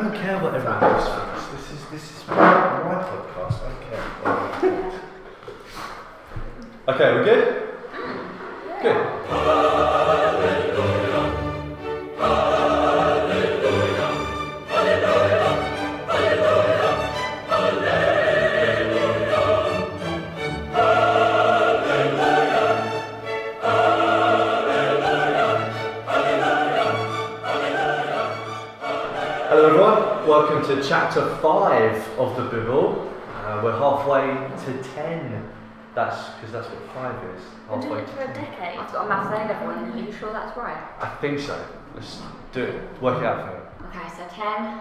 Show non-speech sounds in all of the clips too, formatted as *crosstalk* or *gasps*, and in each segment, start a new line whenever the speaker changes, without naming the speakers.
*laughs* Okay, we good? Good. Hello, everyone. Welcome to chapter five of the Bible. Uh, we're halfway to ten. That's because that's what five is.
I've
Halfway.
been doing it for a decade.
I've got a maths A level and are you sure that's right?
I think so. Let's do it. Work it out for me.
Okay, so 10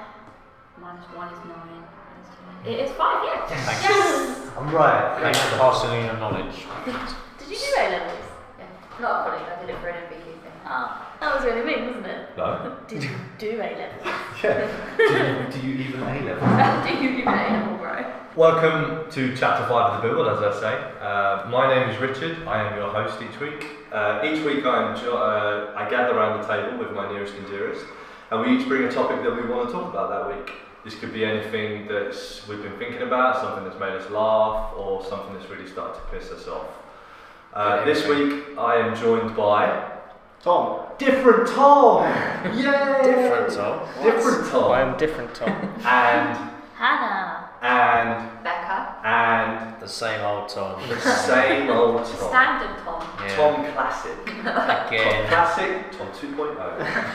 minus 1 is 9. minus two- It is 5, yes!
Thanks.
Yes!
I'm right.
Thanks for passing in your knowledge.
Did you do A levels?
Yeah, not a college, I did it for an MBQ thing.
Ah, that was really mean, wasn't it?
No.
Did
*laughs*
you do A levels?
Yeah. do, you, do you even A level?
do you do A level, bro?
Welcome to chapter five of the Bible, as I say. Uh, my name is Richard. I am your host each week. Uh, each week, I, enjoy, uh, I gather around the table with my nearest and dearest, and we each bring a topic that we want to talk about that week. This could be anything that we've been thinking about, something that's made us laugh, or something that's really started to piss us off. Uh, this week, I am joined by
Tom.
different
*laughs*
Tom. Yay!
Different Tom.
Different Tom.
I am different, Tom.
and
Hannah.
and
Becca,
and
*laughs* The same old Tom. *laughs*
the same old
the
Tom.
standard Tom.
Yeah.
Tom Classic. Tom
Again.
Classic. Tom oh. *laughs* 2.0.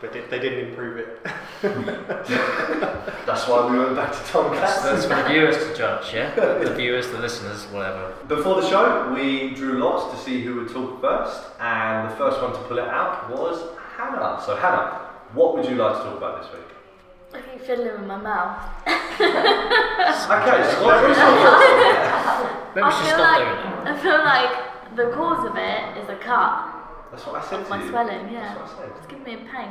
but did, they didn't improve it.
That's why we went back to Tom
That's, that's
Classic.
for the viewers to judge, yeah? The viewers, the listeners, whatever.
Before the show, we drew lots to see who would talk first, and the first one to pull it out was Hannah. So Hannah, what would you like to talk about this week?
I keep fiddling with my mouth.
Okay, so
*laughs*
what is your
Maybe she
I feel
should
like
stop
I feel like the cause of it is a cut.
That's what I said to
My
you.
swelling, yeah.
That's what I said.
It's giving me a pain.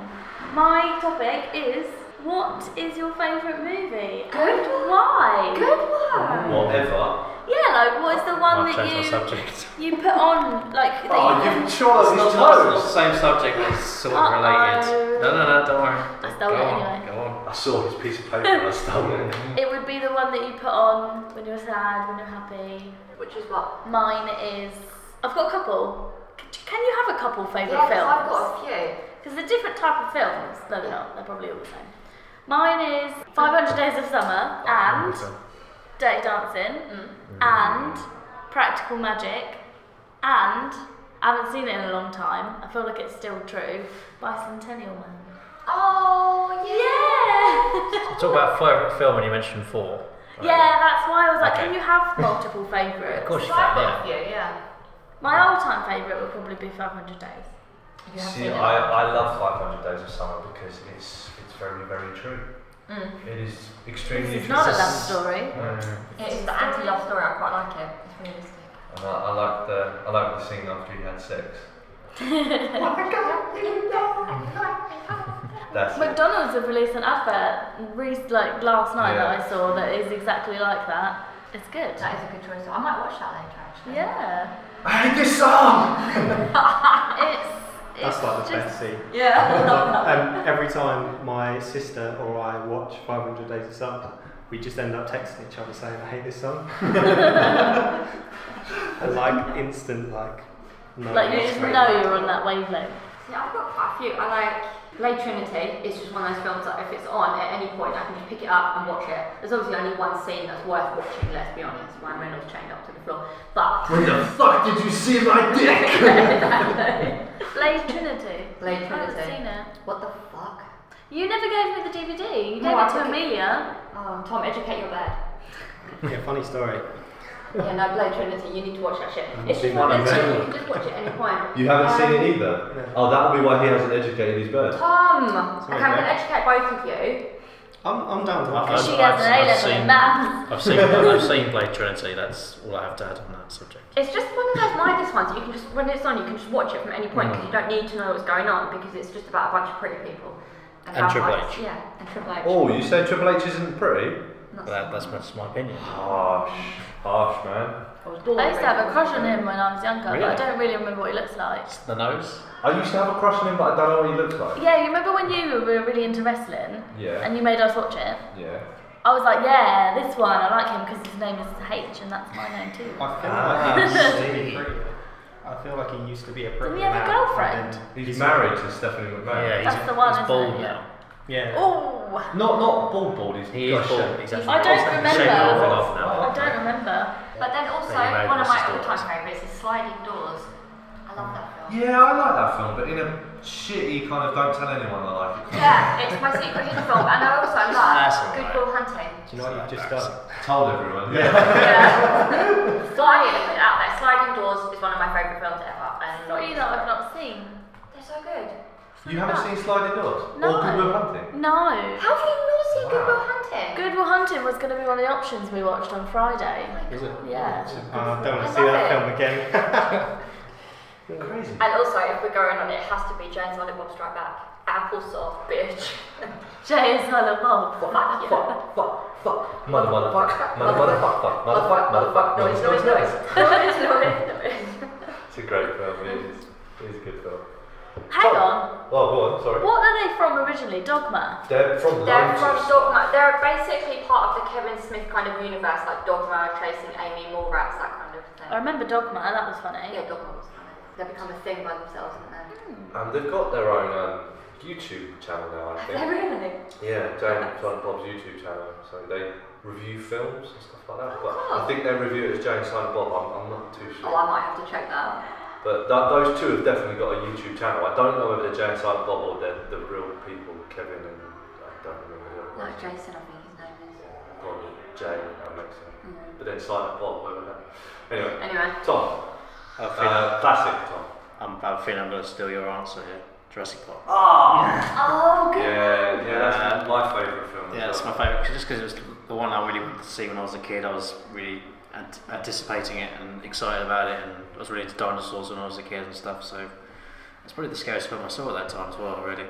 My topic is what is your favourite movie?
Good
And why?
Good work!
Whatever.
Yeah, like what is the one
doing it. I've changed my
that
subject.
you you put on like that you
Oh,
can-
you've shot us
It's not,
these
it's not the
toes.
same subject, but it's sort of related. No, no, no, don't
Oh,
worry.
I stole
go
it
on,
Oh, anyway.
Go on.
I saw his piece of paper and I stole
*laughs*
it.
It would be the one that you put on when you're sad, when you're happy.
Which is what?
Mine is. I've got a couple. C- Can you have a couple favourite
Yeah, 'cause
films?
I've got a few.
Because they're different type of films. No, they're not. They're probably all the same. Mine is 500 Days of Summer and Dirty Dancing
Hmm.
and Practical Magic and I haven't seen it in a long time. I feel like it's still true. Bicentennial Man.
Oh,
Yeah!
Talk about favourite film when you mentioned four. Right.
yeah, that's why I was like,
Okay.
can you have *laughs* multiple favourites?
Of course
So
you
I've
can,
got a
yeah.
few, yeah.
My all-time favourite would probably be 500 Days.
You have
See,
seen it.
I, I love 500 Days of Summer because it's it's very, very true.
Mm-hmm.
Mm.
It is extremely
It's not a
true.
love story.
Mm.
It is the anti-love story, I quite like it. It's realistic.
And I, I like the I like the scene after he had sex. That's it.
McDonald's have released an advert re- like last night
Yeah.
that I saw that is exactly like that. It's good.
That is a good choice. I might watch that later, actually.
Yeah.
I hate this song.
It's, it's
That's like the
just,
best scene.
Yeah.
Um, every time my sister or I watch 500 Days of Summer, we just end up texting each other saying, I hate this song. and *laughs* like instant, like,
*laughs*
no.
Like you just know you're on that wavelength.
See, I've got quite a few. I like Blade Trinity. It's just one of those films that if it's on at any point, I can just pick it up and watch it. There's obviously only one scene that's worth watching. Let's be honest. Ryan Reynolds chained up to the floor, but *laughs*
When the fuck did you see my dick?
*laughs*
Blade Trinity.
Blade
I haven't
Trinity.
seen it.
what the fuck?
You never gave me the DVD. You gave
No, I
it to
took it.
Amelia.
Oh, Tom, educate your bed.
Yeah, funny story.
yeah, no, Blade Trinity. You need to watch that shit. It's just
seen
Mm-hmm. one of
that
those
either.
things you can just watch at any point.
You haven't seen
Um,
it either.
No.
Oh, that'll be why he hasn't educated his bird.
Tom,
Sorry,
okay, I'm gonna
mate.
educate both of you.
I'm, I'm down to
I've-
she
watch
has
it.
an
I've
A level
seen-
in maths.
I've seen, I've seen Blade Trinity, that's all I have to add on that subject.
It's just one of those mindless ones. that You can just when it's on, you can just watch it from any point because you don't need to know what's going on because it's just about a bunch of pretty people.
And
about
Triple
lights.
H.
Yeah, and Triple H.
Oh, you say Triple H isn't pretty?
Not
But that, that's my, that's my opinion.
Harsh, harsh man.
I was
I used to have a crush on him when I was younger,
Really?
but I don't really remember what he looks like.
The
*laughs*
nose?
I used to have a crush on him, but I don't know what he looks like.
Yeah, you remember when you were really into wrestling?
Yeah.
And you made us watch it?
Yeah.
I was like, yeah, this one. I like him because his name is H, and that's my name too.
I feel
Ah,
like he used to be
see.
pretty. I feel like he used to be a
Didn't
pretty.
he have a
man,
girlfriend?
and then
He's married to Stephanie McMahon.
Yeah, he's,
That's the one,
he's
isn't
bald
it?
now.
Yeah.
Ooh,
Not not bald bald. He's
He is
gosh,
bald. He's actually
I don't
bald.
remember.
Shaved off and off now.
I don't remember.
But then also,
Lady Mary
one of
versus
my all
Daughters.
time favourites is Sliding Doors. I love that film.
Yeah, I like that film, but in a shitty kind of don't tell anyone I like it. kind
Yeah, it's my secret hidden film, and I also
That's
love
all
Good
right.
Will Hunting.
Do you know what you've just done?
of Told everyone. Yeah.
Yeah. Sliding, put it out there. Sliding Doors is one of my favourite films ever, and not
Three that I've not seen.
They're so good.
you haven't seen Sliding Doors
No.
or Good Will Hunting?
No.
How have you not seen Good Will
Wow.
Hunting?
Good Will Hunting was going to be one of the options we watched on Friday.
Good.
Is it?
Yeah.
Uh, I don't want to
I
see
love
that
it.
film again.
Crazy.
And also, if we're going on, it has to be James Olive Bob Strike Back. Applesauce, bitch. *laughs*
Jay is on a mob.
Fuck, fuck, fuck, fuck.
Mother motherfuck. Mother motherfuck. Motherfuck. Motherfuck. Noise noise
*laughs*
noise. It's a great film. It is. It is a good film.
Hang on.
Oh, go on. Sorry.
What are they from originally? Dogma.
They're from
They're from
Manchester.
Dogma. They're basically part of the Kevin Smith kind of universe, like Dogma, Chasing Amy, Mallrats, that kind of
I
thing.
remember Dogma. That was funny.
Yeah, Dogma was kind of- They become a thing by themselves, and then.
And they've got their own um, YouTube channel now, I
*laughs*
think.
really?
Yeah, James John Bob's YouTube channel. So they review films and stuff like that.
Oh,
But
cool.
I think they review it as James Silent Bob. I'm, I'm not too
Oh, I
sure.
might have to check that out.
But that, those two have definitely got a YouTube channel. I don't know whether they're James Silent Bob or they're the real people, Kevin and I don't remember the
No,
other one.
Jason, I think his name is.
Or Jay, that makes sense.
Mm.
But then Silent Bob, whatever that. Anyway,
Anyway,
Tom.
I feel,
Uh, classic Tom.
I'm, I feel I'm going to steal your answer here. Jurassic Park.
Ah!
oh, good.
Yeah, yeah, that's my favourite film. as
Yeah, it's
well.
my favourite, 'cause- just because it was the one I really wanted to see when I was a kid. I was really ant- anticipating it and excited about it, and I was really into dinosaurs when I was a kid and stuff. So it's probably the scariest film I saw at that time as well. Really,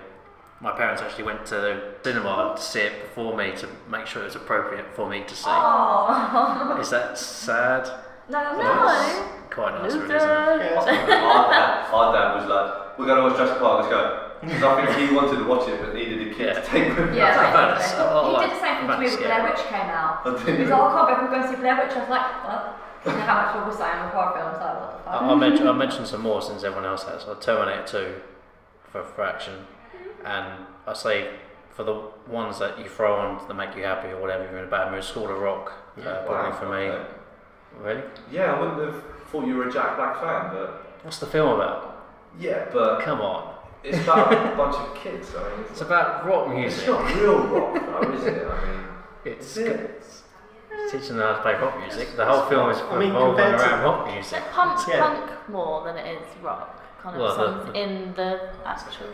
my parents actually went to the cinema to see it before me to make sure it was appropriate for me to see.
*laughs*
Oh.
Is that sad?
No.
It's Quite nice, really. Isn't it?
*laughs*
Loser.
our, dad, our dad was like, we're going to watch Jurassic Park, let's go. Because I think he wanted to watch it but needed a kid to take with him.
Yeah,
But
right.
it's a lot
He
like-
did the same thing to
but
me when
scary.
Blair Witch came *laughs* out.
I
He was
didn't.
like, oh, I can't believe we're going to see Blair Witch. I was like, what? You know how much people say on horror films, like, what the
I-
fuck?
I'll, mention, I'll mention some more since everyone else has. I'll Terminator 2 for fraction. And I say for the ones that you throw on that make you happy or whatever, you're in a bad mood, School of Rock, uh, probably for me.
okay.
Really?
Yeah, I wouldn't have thought you were a Jack Black fan, but
What's the film about? Oh,
yeah, but
Come on.
it's about a bunch of kids. I mean,
It's
it's,
about rock
it's
music.
not real rock, though, is it? I mean,
It's,
It
it's teaching them how to play rock music. The whole film is
I mean,
revolving
compared to-
around rock music.
It pumps
Yeah.
punk more than it is rock. Kind of
Well, the-
songs in the actual.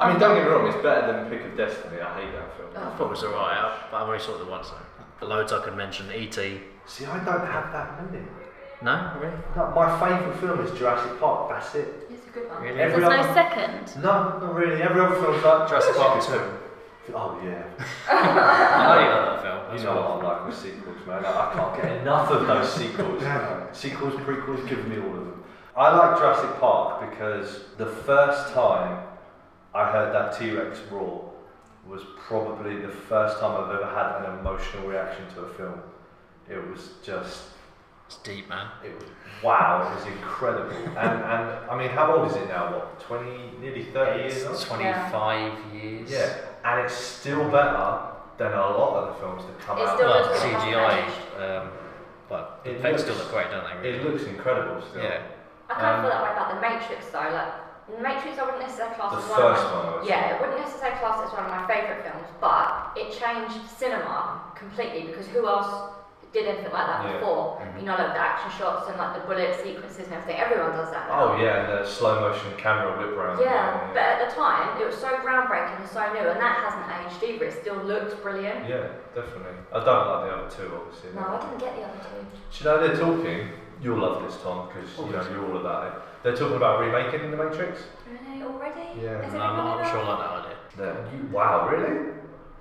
I mean, don't get me wrong, it's better than Pick of Destiny. I hate that film.
I thought it was alright. I, I only saw it the once though. Loads I could mention. E.T.
See, I don't have that meaning.
No? Really?
Like, my favourite film is Jurassic Park. That's it.
It's a good one.
Really?
Every
There's
other,
no second.
no, not really. Every other film's like *laughs*
Jurassic Park
Oh yeah.
I know you love that film.
You
That's
know
why.
what I like with sequels, man. I can't get enough of those sequels. Sequels, prequels, give me all of them. I like Jurassic Park because the first time I heard that T Rex roar was probably the first time I've ever had an emotional reaction to a film. It was just,
It's deep, man.
it was wow, it was incredible. and, and I mean, how old is it now? What, 20, nearly 30 years old?
It's 25 years.
Yeah, and it's still better than a lot of the films that come
It's
out.
still
Well,
does look
CGI, um, but the
It looks-
effects still look great, don't they?
It
Really?
looks incredible still.
yeah.
I kind of
Um,
feel that way about The Matrix, though. Like, The Matrix, I wouldn't necessarily class
The
as one of
first
my-
one, I would
Yeah, it wouldn't necessarily class as one of my favourite films, but it changed cinema completely because who else did anything like that
Yeah.
before? You know, like the action shots and like the bullet sequences and everything. Everyone does that. now.
Oh yeah, and the slow motion camera whip round.
Yeah, but at the time it was so groundbreaking and so new, and that hasn't aged either. It still looks brilliant.
yeah, definitely. I don't like the other two, obviously.
No, I didn't get the other two.
Do you know they're talking? You'll love this, Tom, because you know you're all about it. They're talking about remaking The Matrix.
Are they already?
Yeah.
Is
No,
anyone
I'm not
ever-
sure I like that idea.
They're, you, wow, really?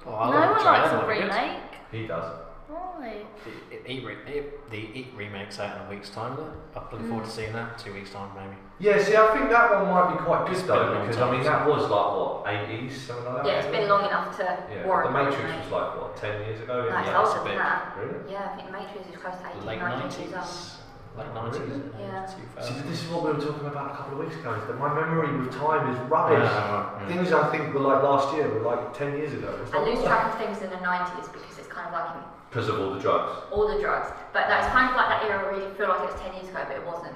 Oh,
No
I
one
Joanne,
likes a
that'd be good.
remake.
He does.
Oh. Right.
The E- re- E- the E remake's out in a week's time, isn't it? I'm looking
Mm.
forward to seeing that. Two weeks' time, maybe.
Yeah, see, I think that one might be quite
It's
good
been a
though,
long
because
time,
I mean, that was like what, 80s, something like that?
Yeah, it's been long enough to
Yeah,
warrant.
The Matrix was like what, 10 years ago?
No, it's
Yeah.
all-
older
it's a
than
bit-
that.
Really?
Yeah, I think Matrix is close to 18,
Late
19 years old.
90s. Late 90s. early
Yeah.
2000s.
See, Uh, this is what we were talking about a couple of weeks ago, is that my memory with time is
Yeah,
rubbish.
right, yeah.
Things I think were like last year were like 10 years ago. It's
I
not
lose
like-
track of things in the 90s because it's kind of like in
Because of all the drugs.
all the drugs. But that's kind of like that era where you feel like it was 10 years ago, but it wasn't.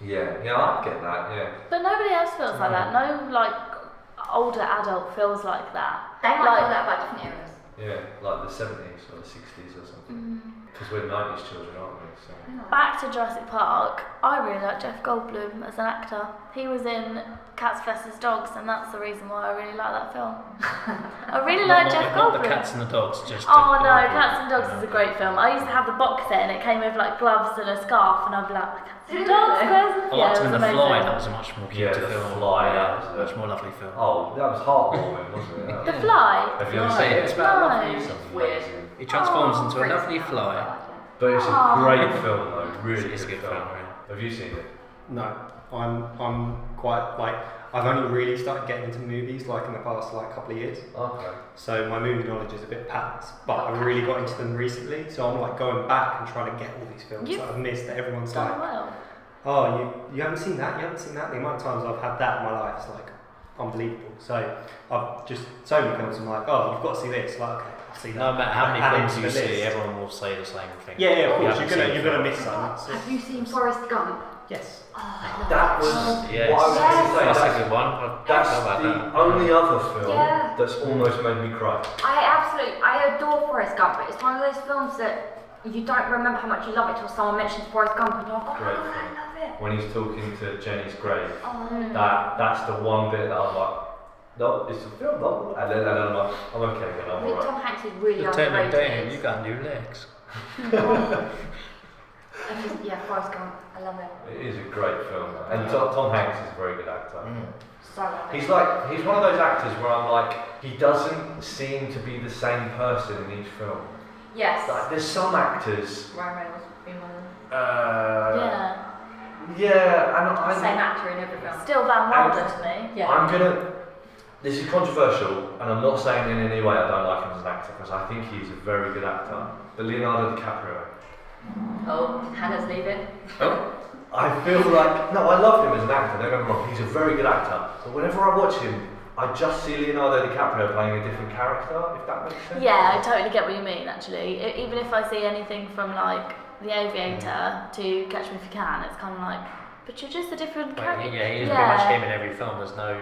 Yeah, yeah, I get that, yeah.
But nobody else feels like that. No, like older adult feels like that.
They might feel
Like-
that about different eras.
Yeah, like the 70s or the 60s or something.
Mm.
Because we're 90s children, aren't we? So.
Back to Jurassic Park. I really like Jeff Goldblum as an actor. He was in Cats vs Dogs, and that's the reason why I really like that film. I really
Not-
like
not
Jeff
the- not the
Goldblum.
cats and the dogs, just.
Oh
the
no,
dog.
Cats and Dogs is a great film. I used to have the box set and it came with like gloves and a scarf, and I'd be like, Cats and Dogs, where's the
I liked
it
him in
was
The
amazing.
Fly, that was a much more
Yeah,
cute
The
film.
Fly,
Yeah,
that was a-
much more lovely film.
Oh, that was heartwarming, wasn't it? That
The
was-
Fly?
Have you ever
No,
seen
it's
it?
about
No.
lovely.
It's
Weird.
amazing.
He transforms
Oh,
into a
freaks
lovely
out.
fly.
But it's a
Aw.
great film, though. Really
It's a
good
good
film.
film, yeah.
Have you seen it?
No, I'm I'm quite like I've only really started getting into movies like in the past like couple of years.
Okay.
So my movie knowledge is a bit pat, but I really got into them recently. So I'm like going back and trying to get all these films
You-
that I've missed that everyone's
Done
like,
well.
oh, you you haven't seen that, you haven't seen that. The amount of times I've had that in my life is like unbelievable. So I've just so many films. I'm like, oh, you've got to see this. Like, okay, I'll see that.
No matter how
Add it
many
to
films you
the
see,
list.
everyone will say the same thing.
Yeah, yeah, of
You
course. You're
haven't
gonna
seen
you're
the
gonna
film.
miss some.
Have you seen Forrest Gump?
Yes.
Oh, I love
That was
Yes.
what I was
Yes.
going to
That's
say.
a
That's,
good one. I
that's
forgot about
the
that.
only other film
Yeah.
that's almost made me cry.
I absolutely, I adore Forrest Gump, but it's one of those films that you don't remember how much you love it till someone mentions Forrest Gump and you're like, oh my
Great
god,
film.
I love it.
When he's talking to Jenny's grave,
Oh,
that that's the one bit that I'm like, no, it's a film, no. And then, and then I'm like, I'm okay, then I'm
I think
alright.
Tom Hanks is really
Lieutenant Dan,
underrated.
you got new legs.
*laughs* I just- yeah, Forrest Gump, I love it.
It is a great film, though. and Tom, Tom Hanks is a very good actor.
Hmm. Mm.
So love it.
He's like, he's one of those actors where I'm like, he doesn't seem to be the same person in each film.
yes.
Like, there's some actors,
Ryan Reynolds being one of them.
uh,
yeah.
yeah, and I,
Same actor in every film.
Still Van Wilder to me.
I'm gonna. This is controversial, and I'm not saying in any way I don't like him as an actor because I think he's a very good actor. But Leonardo DiCaprio,
Oh, Hannah's leaving.
Oh,
I feel like no, I love him as an actor. Don't get me wrong, he's a very good actor. But whenever I watch him, I just see Leonardo DiCaprio playing a different character. If that makes sense.
Yeah, I totally get what you mean. Actually, E- even if I see anything from like The Aviator to Catch Me If You Can, it's kind of like, but you're just a different
but
character.
he- yeah, he is pretty much him in every film. There's no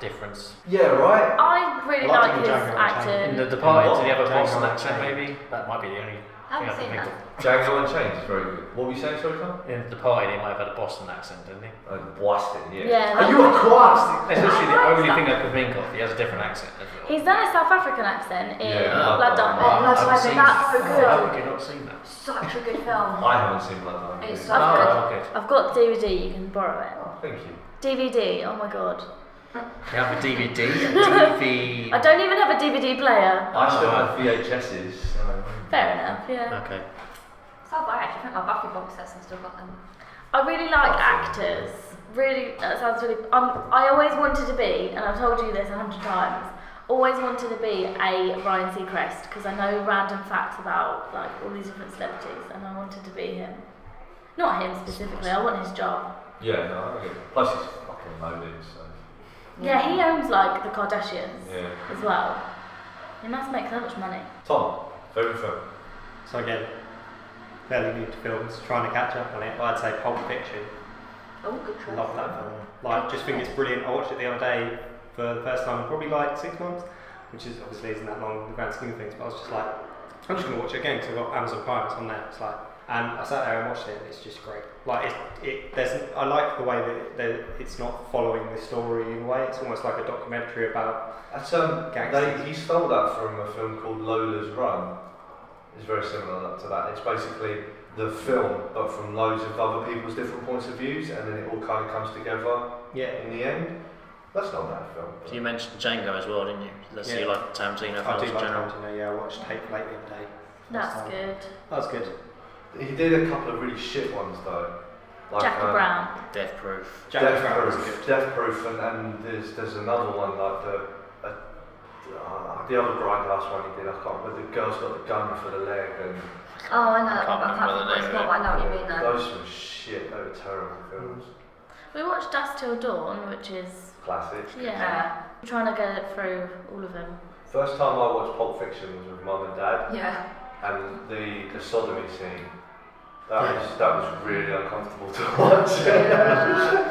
difference.
Yeah. Right.
I really
I like
like
him in
his
Django Unchained.
In
acting.
the Departed,
What?
did he have a
Django
Boston accent?
Unchained.
Maybe that might be the only.
I haven't
thing
seen
can think
that.
Django Unchained is very good. What were you saying, sorry, Tom?
of. In the Departed, he might have had a Boston accent, didn't he?
Uh, Boston. Yeah.
Yeah.
Are you a Boston?
That's literally the
I like
only
that.
thing I could think of. He has a different accent. that's all.
He's done a South African accent in
Yeah.
Blood
Oh,
Diamond.
Blood
I've
Diamond,
seen
that's so
that.
good.
How have you not seen that?
Such a good
*laughs*
film.
I haven't seen Blood Diamond.
It's so-
I've got,
Oh, okay.
I've got DVD. You can borrow it.
Oh, thank you.
DVD. Oh my god.
You have a
*laughs*
DVD, a DV.
I don't even have a DVD player.
I still have VHSs. So.
Fair enough. Yeah.
Okay.
So I actually think my Buffy box sets and still got them.
I really like actors. Really, that sounds really. Um, I always wanted to be, and I've told you this a hundred times. Always wanted to be a Ryan Seacrest because I know random facts about like all these different celebrities, and I wanted to be him. Not him specifically. I want his job.
Yeah, no, I agree. Plus, he's fucking loaded, so.
Yeah, he owns like the Kardashians
Yeah.
as well. He must make so much money.
Tom, favourite film?
So again, fairly new to films, trying to catch up on it. I'd say Pulp Fiction.
Oh, good choice.
Love that film. Like, just think it's brilliant. I watched it the other day for the first time in probably like six months, which is obviously isn't that long in the grand scheme of things. But I was just like, I'm just gonna watch it again because I've got Amazon Prime. It's on there. It's like, and I sat there and watched it, and it's just great. Like, it, it there's I like the way that, it, that it's not following the story in a way. It's almost like a documentary about.
That's, um,
Gangsters.
they, he stole that from a film called Lola's Run. It's very similar to that. It's basically the film, but from loads of other people's different points of views, and then it all kind of comes together
Yeah,
in the end. That's not a bad film.
So you mentioned Django as well, didn't you? That's
Yeah.
you like Tarantino
I
films
do
in
like
general.
Tarantino. Yeah, I watched Hateful Eight the other day.
That's
time.
good.
That's um, good.
He did a couple of really shit ones though.
Jackie
um,
Brown.
Death proof.
Jack
Death
Brown was
Proof,
good.
Death Proof, and, and there's there's another one like the uh, uh, the other Grindhouse one he did. I can't. Where the girl's got the gun for the leg and
Oh, I know that one,
Can't
but I can't
remember the
remember
name
it's
of
not,
it.
but I know what you mean now.
those were shit. They were terrible films.
We watched Dust Till Dawn, which is
Classic.
yeah.
Yeah.
I'm trying to get it through all of them.
First time I watched Pulp Fiction was with mum and dad,
Yeah.
and the the sodomy scene. That was that was really uncomfortable to *laughs*
*laughs*
watch.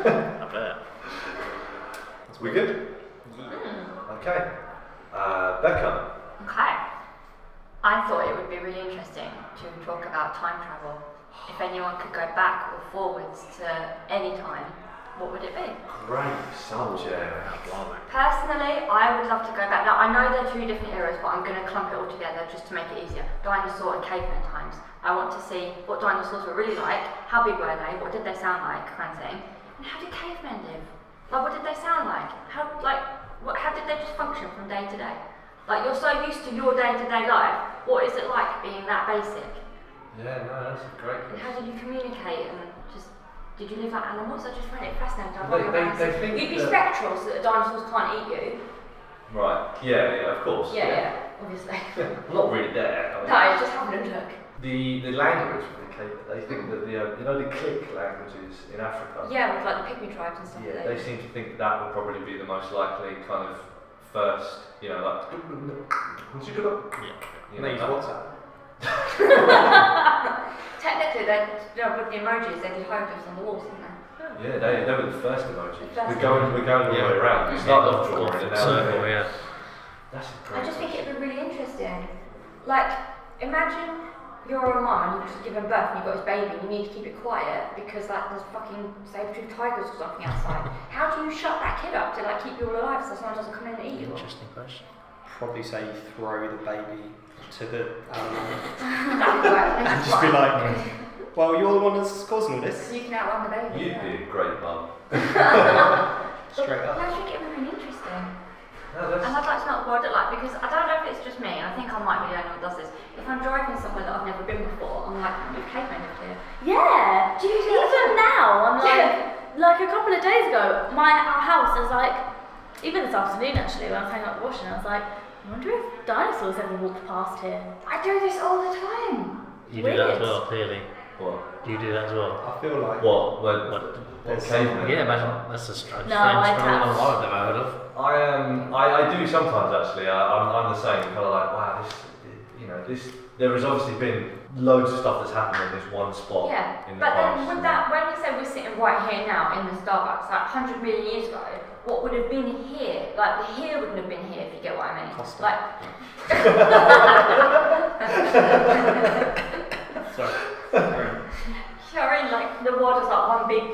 I bet.
we good?
Hmm.
Okay. Uh, Becca.
Okay. I thought it would be really interesting to talk about time travel. If anyone could go back or forwards to any time, what would it be?
Great subject.
Blimey.
Personally, I would love to go back. Now, I know they're two different eras, but I'm going to clump it all together just to make it easier. Dinosaur and caveman times. I want to see what dinosaurs were really like, how big were they, what did they sound like, kind of thing. And how did cavemen live? Like, what did they sound like? How, like, what, how did they just function from day to day? Like, you're so used to your day to day life. What is it like being that basic?
Yeah, no, that's a great question.
And how did you communicate and just did you live like animals? I just find it fascinating. I
They-
wonder
they-
about
they
it.
think
You'd be
that-
spectral so that dinosaurs can't eat you.
Right. Yeah, yeah, of course.
Yeah, yeah, obviously. *laughs*
Yeah, I'm not really there. I mean,
No, just having a look.
The the language with the Cape, they think that the uh, you know the click languages in Africa.
Yeah, with like the pygmy tribes and stuff.
Yeah,
like
they seem to think that would probably be the most likely kind of first, you know, like. You know,
And they use
that-
WhatsApp.
Technically, they you know, with the emojis, they did hieroglyphs on the walls, didn't they?
Yeah, they, they were the first emoji.
The first
we're going we're going all the
Yeah.
way around. We start off drawing and now
Circle, yeah.
That's a
I
great
just think
question.
it'd be really interesting. Like, imagine you're a mum and you've just given birth and you've got this baby and you need to keep it quiet because like there's fucking saber-toothed tigers or something outside. How do you shut that kid up to like keep you all alive so someone doesn't come in and eat
*laughs*
you?
Interesting question.
Probably say throw the baby to the animal.
That'd be worse.
and just be like, well, you're the one that's causing all this.
you can outrun the baby.
You'd
yeah.
be a great mum.
Straight up.
I think it would be really interesting.
No,
And
that's
I'd like to know what it like because I don't know if it's just me. I think I might be the only one who does this. If I'm driving somewhere that I've never been before, I'm like, do cavemen live here?
Yeah.
Do you do
Even
*laughs*
now, I'm like,
Yeah.
like a couple of days ago, my house is like, even this afternoon actually, when I was hanging out washing, I was like, I wonder if dinosaurs ever walked past here.
I do this all the time.
You do that as
Weird.
well, clearly.
what
*laughs*
You do that as well.
I feel like
what what,
What?
what
There's
caveman?
Yeah, imagine that's a strange
No,
strange
I
phenomenon
can't.
I've never heard of.
I um I, I do sometimes actually. I, I'm, I'm the same. Kind of like wow, this you know this. There has obviously been loads of stuff that's happened in this one spot.
Yeah.
In the
But
past.
then would that when you say we're sitting right here now in the Starbucks, like hundred million years ago, what would have been here? Like the here wouldn't have been here if you get what I mean.
Hostel.
*laughs*
Like *laughs*
sorry.
here in like the world is like one big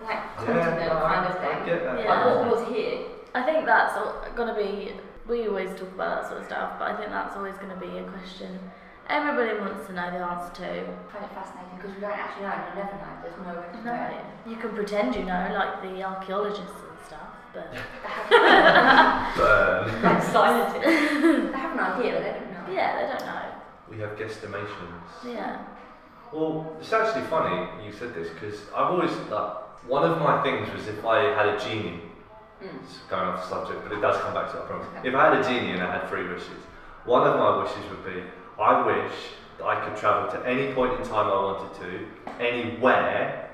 like continent
Yeah, I-
kind of
I
thing.
get that.
Yeah.
Like what was here?
I think that's al- gonna be. We always talk about that sort of stuff, but I think that's always gonna be a question everybody wants to know the answer to.
I find it fascinating because we don't actually know and you never know. There's no way to know.
No, you can pretend you know, like the archaeologists and stuff, but *laughs*
Burn.
Like silent. they have an idea, but they don't know.
yeah, they don't know.
we have guesstimations.
Yeah.
Well, it's actually funny you said this because I've always like one of my things was if I had a genie. It's going off the subject, but it does come back to it. I promise. If I had a genie and I had three wishes, one of my wishes would be I wish that I could travel to any point in time I wanted to, anywhere.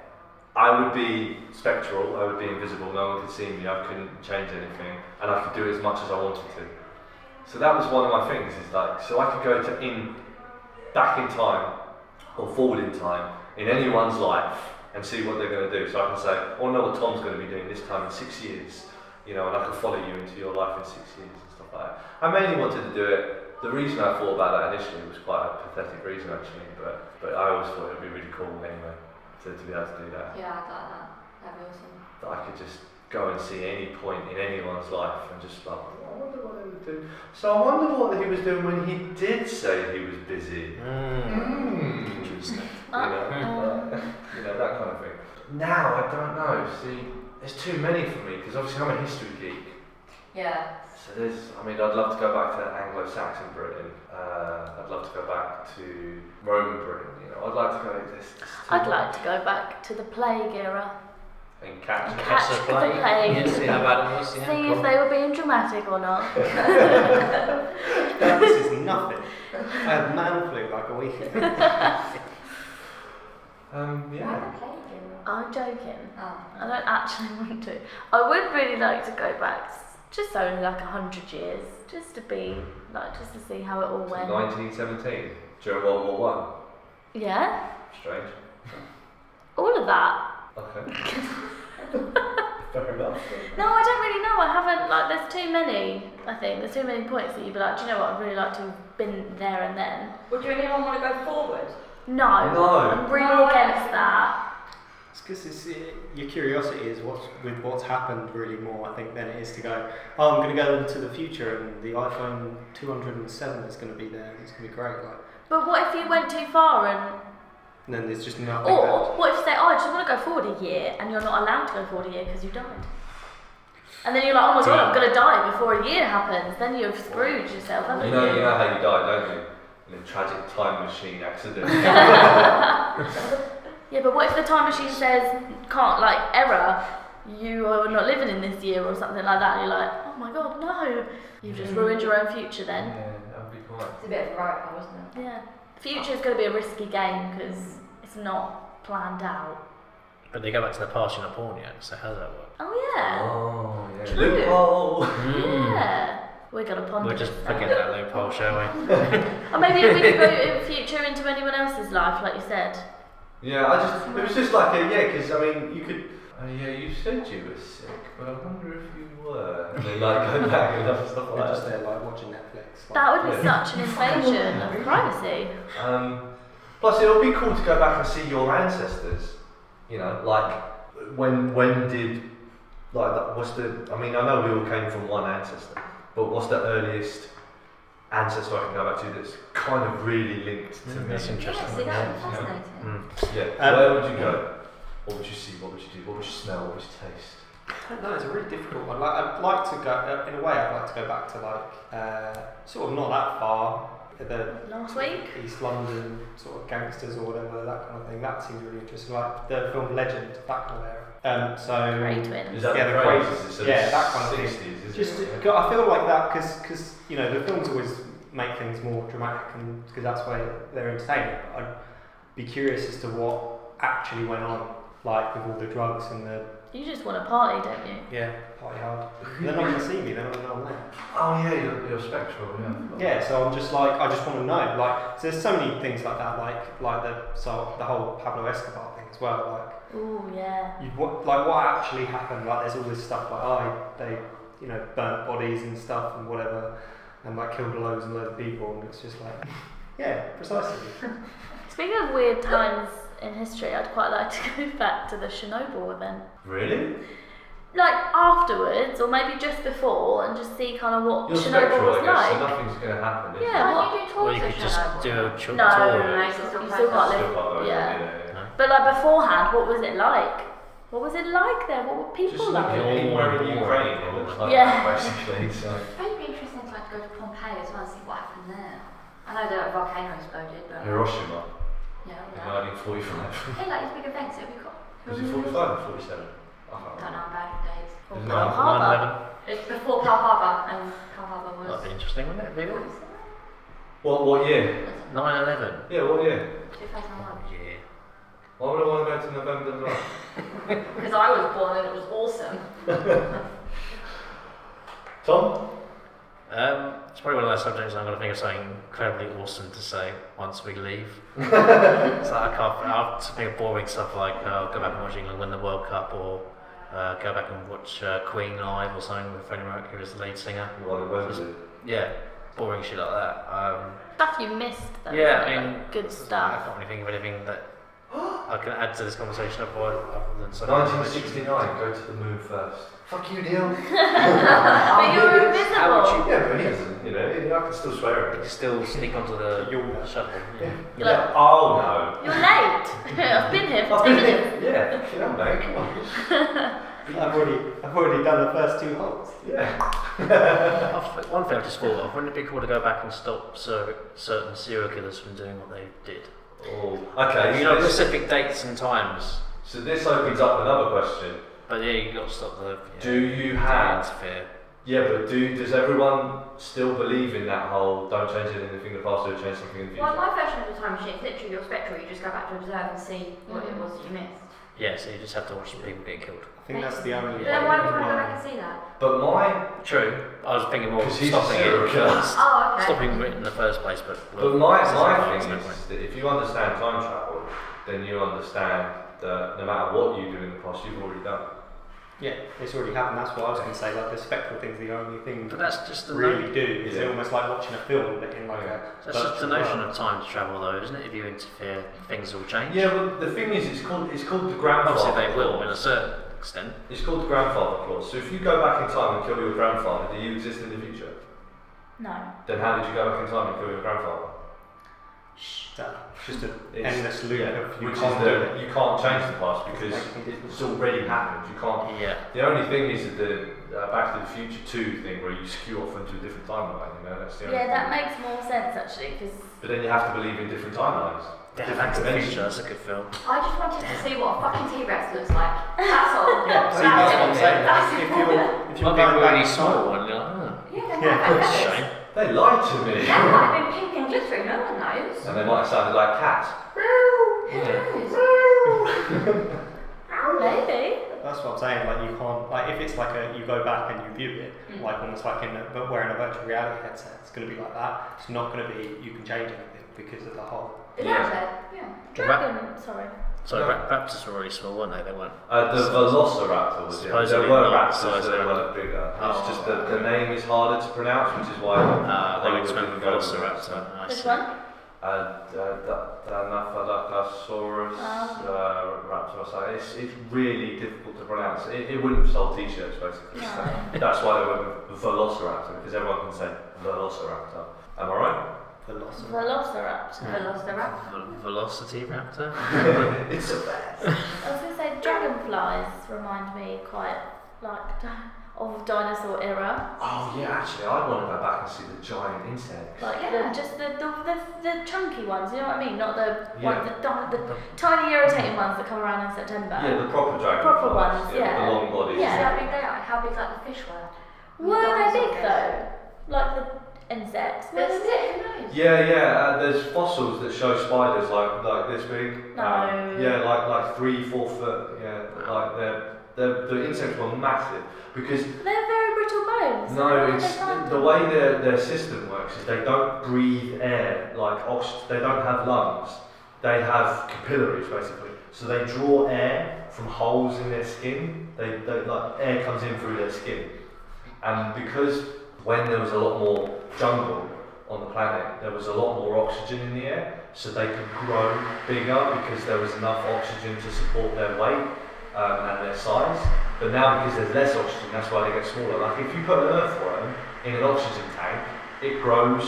I would be spectral. I would be invisible. No one could see me. I couldn't change anything, and I could do as much as I wanted to. So that was one of my things. Is like so I could go to in back in time or forward in time in anyone's life and see what they're going to do. So I can say, oh, I know what Tom's going to be doing this time in six years, you know, and I can follow you into your life in six years and stuff like that. I mainly wanted to do it. The reason I thought about that initially was quite a pathetic reason actually, but but I always thought it'd be really cool anyway to, to be able to do that.
Yeah, I thought that. That'd be awesome.
That I could just go and see any point in anyone's life and just like, "Oh, I wonder what they would do. So I wonder what he was doing when he did say he was busy.
Hmm.
Mm.
Interesting.
You know,
Um,
you know, that kind of thing. Now, I don't know. See, there's too many for me because obviously I'm a history geek.
Yeah.
So there's, I mean, I'd love to go back to Anglo-Saxon Britain. Uh, I'd love to go back to Roman Britain. You know, I'd like to go. This.
I'd like to go back to the plague era.
And catch.
Catch the plague.
Yeah, see how bad it was. Yeah,
See
cool.
if they were being dramatic or not.
Now, this is nothing. I had man flu like a week ago.
Um, yeah.
Why the plague era?
I'm joking.
Oh.
I don't actually *laughs* want to. I would really like to go back s- just only like a hundred years, just to be like just to see how it all went.
1917 during World War One.
Yeah,
Strange.
all of that.
Okay. *laughs* Fair enough.
No, I don't really know. I haven't like. There's too many. I think there's too many points that you'd be like, do you know what? I'd really like to have been there and then.
Would you anyone want to go forward?
No,
No.
I'm really
No.
against that.
It's because it's, uh, your curiosity is what's, with what's happened really more, I think, than it is to go, oh, I'm going to go into the future and the iPhone 207 is going to be there and it's going to be great. Like,
But what if you went too far and
and then there's just nothing.
Or what if you say, oh, I just want to go forward a year, and you're not allowed to go forward a year because you died. And then you're like, oh my god, I'm going to die before a year happens. Then you've screwed yourself, haven't
You
you?
know, you know how you die, don't you? In a tragic time machine accident.
Yeah, but what if the time machine says, can't, like, error, you are not living in this year or something like that, and you're like, oh my god, no. You've just ruined your own future then.
that would be quite.
It's a bit of a rabbit hole, isn't it?
Yeah. Future is going to be a risky game because it's not planned out.
But they go back to the past, you're not born yet, so how's that work?
Oh, yeah.
Oh, yeah.
True.
Loophole.
Yeah. We're going to ponder
We'll Hmm. just
this now.
forget that loophole, shall we?
Or maybe we could go in future into anyone else's life, like you said.
Yeah, I just it was just like a yeah, because I mean you could. Uh, yeah, you said you were sick, but I wonder if you were. And then like go back and other stuff
You're
like
just
that.
there, like, watching Netflix. Like,
That would be such an invasion of privacy.
Um, plus, it would be cool to go back and see your ancestors. You know, like when when did like that? What's the? I mean, I know we all came from one ancestor, but what's the earliest ancestor I can go back to that's kind of really linked to me?
That's interesting.
Yeah, see, that would be
Yeah.
fascinating.
Yeah.
Mm, Um,
Where would you go? What would you see? What would you do? What would you smell? What would you taste?
I don't know, it's a really difficult one. Like, I'd like to go, uh, in a way, I'd like to go back to, like, uh, sort of not that far, uh, the
Last week?
East London sort of gangsters or whatever, that kind of thing. That seems really interesting. Like the film Legend, that kind of era. Um, so
Grey twins.
Is that
Yeah,
the
the
craze?
craze.
It's the
Yeah, that kind of thing.
60s, isn't
just
it?
God, I feel like that because you know the films always make things more dramatic and because that's why they're entertaining. But I'd be curious as to what actually went on, like with all the drugs and the
You just want to party, don't you?
yeah party hard. they're not going to see me. They're not going to know I'm there.
Oh yeah, your, your spectral, yeah.
Yeah, so I'm just like I just want to know. Like, so there's so many things like that. Like, like the so the whole Pablo Escobar thing as well. Like.
Ooh, yeah.
you, what, like what actually happened? Like there's all this stuff like oh they you know burnt bodies and stuff and whatever, and like killed loads and loads of people, and it's just like yeah, precisely.
Speaking of weird times in history, I'd quite like to *laughs* go back to the Chernobyl event.
Really?
Like afterwards, or maybe just before, and just see kind of what
Your
Chernobyl
spectral, I
was
guess,
like.
so nothing's going to happen. is
Yeah,
it?
what?
Can't you do
Or
tours
you
of
could just
Chernobyl?
do a short
No,
tour.
no, it's still quite
You still can't
possible.
Still part of it,
Yeah.
yeah, yeah.
But like beforehand, what was it like? What was it like there? What were people
Just look at
like?
it.
anywhere in Ukraine, it looks like
Yeah.
that, basically. So.
It'd be interesting to like go to Pompeii as well and see what happened there. I know the volcano exploded, but
Hiroshima,
yeah,
in *laughs*
yeah.
1945.
Hey, like these big events, it'd be cool.
Was
Mm-hmm.
it 45 or 47? I
I
can't
don't know,
remember.
I'm bad at dates.
Or
No,
Pearl Harbor?
9
It's before Pearl Harbor, and Pearl Harbor was.
That'd be interesting, wouldn't it? Really?
What, what year?
9 11.
Yeah, what year?
2001.
Yeah.
Why would I want to go to November the 9th?
Because I was born and it was awesome.
Tom?
Um, it's probably one of those subjects I'm going to think of something incredibly awesome to say once
*laughs*
we leave. so I can't. I have to think of boring stuff like uh, go back and watch England win the World Cup, or uh, go back and watch uh, Queen live or something with Freddie Mercury as the lead singer.
You want to Wembley?
Yeah, boring shit like that. Um,
Stuff you missed, though.
yeah,
like,
I mean,
good
I
stuff.
can't really think of anything that *gasps* I can add to this conversation otherwise- other than something.
1969, go to the moon first. Fuck you, Neil.
But you were invisible.
How would you?
Yeah, but he doesn't, you know, I can still swear at
You
it.
still sneak onto the
You'll-
shuttle. Yeah.
You're like,
Oh no.
*laughs* You're late. I've been here for
I've
two
been
minutes.
here. Yeah, you know, mate. Come on.
I've already, I've already done the first two holes.
*laughs* Yeah.
I've- One thing I just thought of: wouldn't it be cool to go back and stop cer- certain serial killers from doing what they did?
Oh, okay.
you
so
know,
this-
specific dates and times.
So this opens up another question.
But yeah, you got to stop the. Yeah,
Do you
the
have?
interfere.
Yeah, but do does everyone still believe in that whole don't change anything in the past, don't change something in the
Well,
future?
my version of the time machine is literally your spectral. You just go back to observe and see what it was that you missed.
Yeah, so you just have to watch people get killed.
I think that's the only.
But then why
way
would I go
one-
back and see that?
But my
True. I was thinking more
'Cause he's a
stopping
serial
it
killer.
first.
Oh, okay.
Stopping it in the first place, but.
but my
there's no
my
point,
thing
there's no
is
point.
that if you understand time travel, then you understand that no matter what you do in the past, you've already done.
Yeah, it's already happened. That's what I was going to say. Like the spectral thing's the only thing
But
that
that's just the no-
really do. Is
Yeah.
almost like watching a film, but in like
Yeah.
a.
That's just the
virtual
notion
world.
of time travel, though, isn't it? If you interfere, things will change.
Yeah, but the thing is, it's called it's called the
Obviously,
grandfather.
they will, in a
clause.
certain extent.
It's called the grandfather clause. So if you go back in time and kill your grandfather, do you exist in the future?
No.
Then how did you go back in time and kill your grandfather?
It's just an
It's-
endless loop
yeah,
of you
which
can't
is
do
the,
it.
you can't change the past because it's already happened. You can't.
Yeah.
The only thing is that the uh, Back to the Future Two thing where you skew off into a different timeline. You know, that's the only
Yeah, that
thing.
makes more sense actually, because
But then you have to believe in different timelines.
Yeah,
different
Back to the
dimensions.
Future, that's a good film.
I just wanted to see what a fucking T-Rex looks like. That's all.
*laughs* Yeah, see,
That's
that's what I'm
it.
saying.
That's
If
it.
you're, if
Might
you're
be
going
a really
back,
small one, you're like, oh,
Yeah,
Yeah,
they're
*laughs*
that's a
not
shame.
They lied to me,
That might have been pink and glittery, no one
*laughs*
knows.
and they might have sounded like cats.
*laughs*
maybe.
that's what I'm saying. Like you can't. Like if it's like a, you go back and you view it,
Mm.
like almost like in, a, but wearing a virtual reality headset, it's going to be like that. It's not going to be. You can change anything because of the whole.
Did
Yeah.
yeah. yeah.
Dragon, sorry.
So
No.
ra- raptors were really small, weren't they? They weren't.
Uh, the Velociraptor was yeah. There
Supposedly
were
not
raptors, they were
Velociraptor.
bigger.
Oh.
It's just that the name is harder to pronounce, which is why.
Uh, they
were
were remember
different governments.
Velociraptor. I
Which
see.
one?
Uh, uh, Danaphalakasaurus,
Ah.
uh, Raptor, or something. It's, it's really difficult to pronounce. It, it wouldn't have sold t shirts, basically. So
No.
that's why they went with Velociraptor, because everyone can say Velociraptor. Am I right?
Philosophy.
Velociraptor.
Velociraptor.
Vel- Velocity raptor.
*laughs* it's the best.
I was gonna say dragonflies remind me quite like di- of dinosaur era,
Oh, yeah, actually, I'd want to go back and see the giant insects.
like
Yeah.
the, just the the, the the chunky ones. You know what I mean? Not the one,
Yeah.
the, di- the tiny irritating ones that come around in September.
Yeah, the proper dragonflies.
Proper ones,
with The
yeah.
long bodies.
Yeah.
See how big they are, how big like the fish were.
Were they
Dinosaur
big
fish.
though? Like the insects. Were
This
they
is it, who knows?
Yeah, yeah. Uh, there's fossils that show spiders like like this big.
No.
Um, yeah, like like three, four foot. Yeah, like they're, they're, the insects were massive because
big? They're very brittle bones. How
no,
did
it's
they find
the
them?
way their their system works is they don't breathe air like ox. They don't have lungs. They have capillaries basically. So they draw air from holes in their skin. They, they like air comes in through their skin. And because when there was a lot more jungle on the planet, there was a lot more oxygen in the air, so they could grow bigger because there was enough oxygen to support their weight um, and their size. But now, because there's less oxygen, that's why they get smaller. Like if you put an earthworm in an oxygen tank, it grows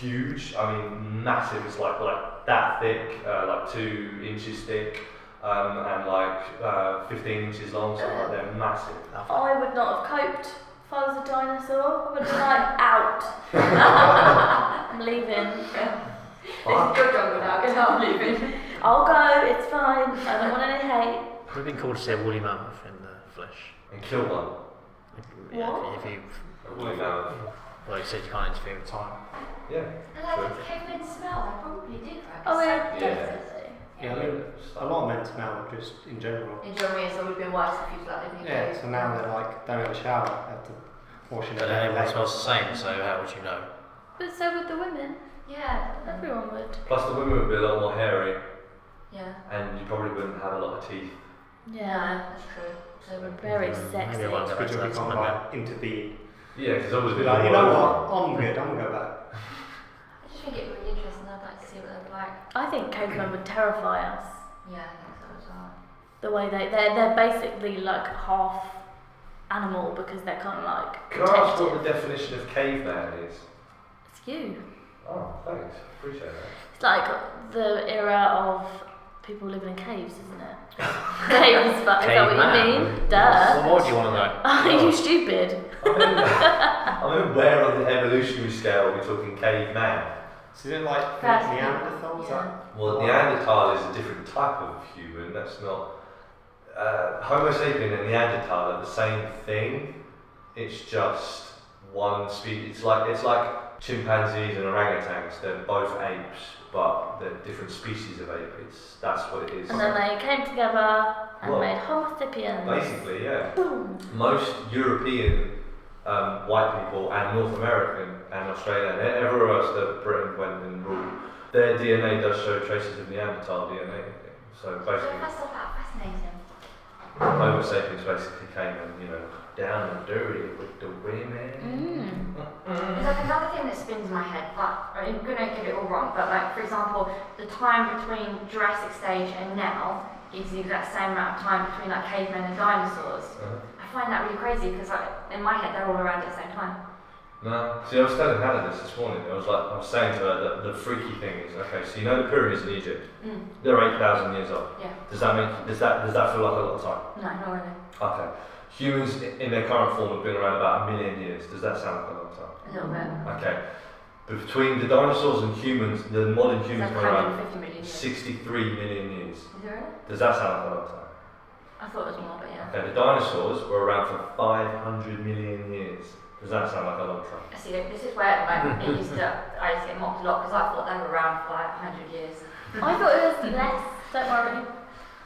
huge. I mean, massive. It's like like that thick, uh, like two inches thick, um, and like uh, 15 inches long. So like they're massive.
I would not have coped if I was a dinosaur. I would have been like out. I'm leaving.
It's your jungle now, get out, I'm leaving.
I'll go. It's fine. I don't want any hate.
Would have been cool to see a woolly mammoth in the flesh.
And kill one.
Yeah,
What?
if, if you,
A woolly mammoth.
well, you said you can't interfere with time.
Yeah.
And I think cavemen smell, they probably did, right?
Oh,
yeah.
yeah,
Yeah.
definitely.
Yeah, I mean, a lot of men smell just in general.
In Germany, it's always been worse if you've like living in
Yeah,
caves.
so now they're like don't have a shower, they have to wash it
But then everyone smells the same, so how would you know?
But so would the women.
Yeah.
Everyone would.
Plus, the women would be a lot more hairy,
Yeah.
and you probably wouldn't have a lot of teeth.
Yeah, that's true. They would be.
Very
Mm,
sexy.
Maybe I won't go back
Because
to
you
that
can't
time now.
like intervene.
Yeah, because always
Just be
be
like, you know what? I'm good. I'm gonna go back.
I just think it would be interesting. I'd like to see what they're like.
I think cavemen would terrify us.
Yeah, I think so as well.
The way they they're they're basically like half animal because they're kind of like
Can I ask
protective.
what the definition of caveman is?
It's you.
Oh, thanks.
*laughs*
Appreciate that.
It's like the era of people living in caves, isn't it? Cave's fun. Oh, Is that what you
Caveman.
mean? Duh.
So what do you want to know?
*laughs* Are you stupid?
I mean, where on the evolutionary scale are we talking caveman?
So is it like
That's-
Neanderthal? Is that?
Well, Neanderthal is a different type of human. That's not. Uh, Homo sapien and Neanderthal are the same thing. It's just one species. It's like it's like chimpanzees and orangutans. They're both apes, but they're different species of ape. It's that's what it is.
And then they came together and
Well,
made Homo sapiens.
Basically, yeah. Most European um, white people and North American and Australian and everywhere else that Britain went and ruled, their DNA does show traces of Neanderthal DNA. So basically,
That's all that fascinating.
Homo sapiens basically came and um, you know down and dirty with the women.
Mm.
There's like another thing that spins my head, but I'm gonna get it all wrong, but like for example, the time between Jurassic stage and now is the exact same amount of time between like cavemen and dinosaurs.
Uh-huh.
I find that really crazy because like in my head they're all around at the same time.
No, see, I was telling Hannah this this morning. I was like, I was saying to her that the freaky thing is okay. So you know the pyramids in Egypt,
Mm.
they're eight thousand years old.
Yeah.
Does that make does that does that feel like a lot of time?
No, not really.
Okay. Humans i- in their current form have been around about a million years. Does that sound like a long time?
A little
Mm.
bit.
Okay. Between the dinosaurs and humans, the modern
It's
humans
like
were around
150 million years. Is
63 million years.
it really?
Does that sound like a long time?
I thought it was more, but yeah.
Okay, the dinosaurs were around for 500 million years. Does that sound like a long time?
I see, this is where
*laughs*
like, it used to, I used to get mocked a lot because I thought they were around for like 100 years.
I thought it was less. Don't worry.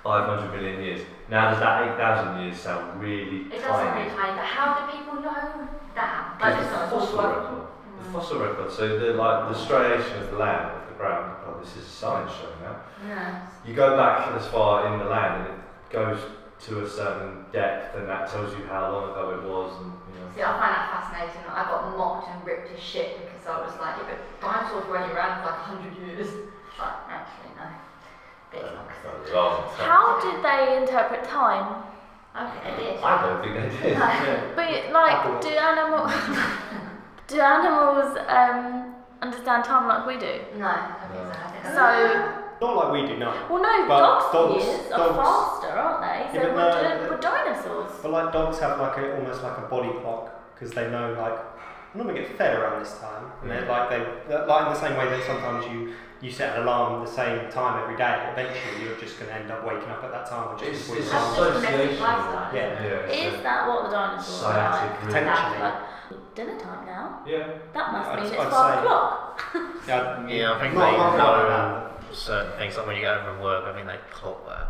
500 million years. Now, does that 8,000 years sound really
It does sound
tiny?
really tiny, but how do people know that? Like,
Because
it's
the
not a
fossil
possible- Mm.
record. The fossil record. So the like the striation of the land, of the ground. Well, this is science showing eh? that.
Yeah.
You go back as far in the land and it goes to a certain depth and that tells you how long ago it was and you know.
See, I find that fascinating. I got mocked and ripped to shit because I was like, yeah, but dinosaurs were only around for like 100 years. But actually, no. But it's not because
That was a long time.
How did they interpret time?
I don't think they did.
I don't think they did. yeah.
But like, do animals *laughs* do animals um, understand time like we do?
No, I don't think so. I think
So,
so.
well,
Not like we do, no.
no,
But
dogs,
dogs-
years
dogs-
are faster, aren't they?
Yeah,
So
but
we're,
no,
di-
but-
we're dinosaurs.
But like dogs have like a, almost like a body clock because they know like I normally get fed around this time, and they're like they like in the same way that sometimes you you set an alarm the same time every day. Eventually, you're just going to end up waking up at that time, which
It's,
is
it's
That's just domestic
association.
lifestyle.
Yeah.
Yeah. it's
Is that what the
a
dinosaurs are like?
Scientific reason.
Potentially.
Like, Dinner time now.
Yeah.
That must
I'd-
mean it's
I'd
five
say-
o'clock.
yeah,
Yeah, I think
not,
they
not like
know
that.
certain things. Like when you get over work, I think they clock that.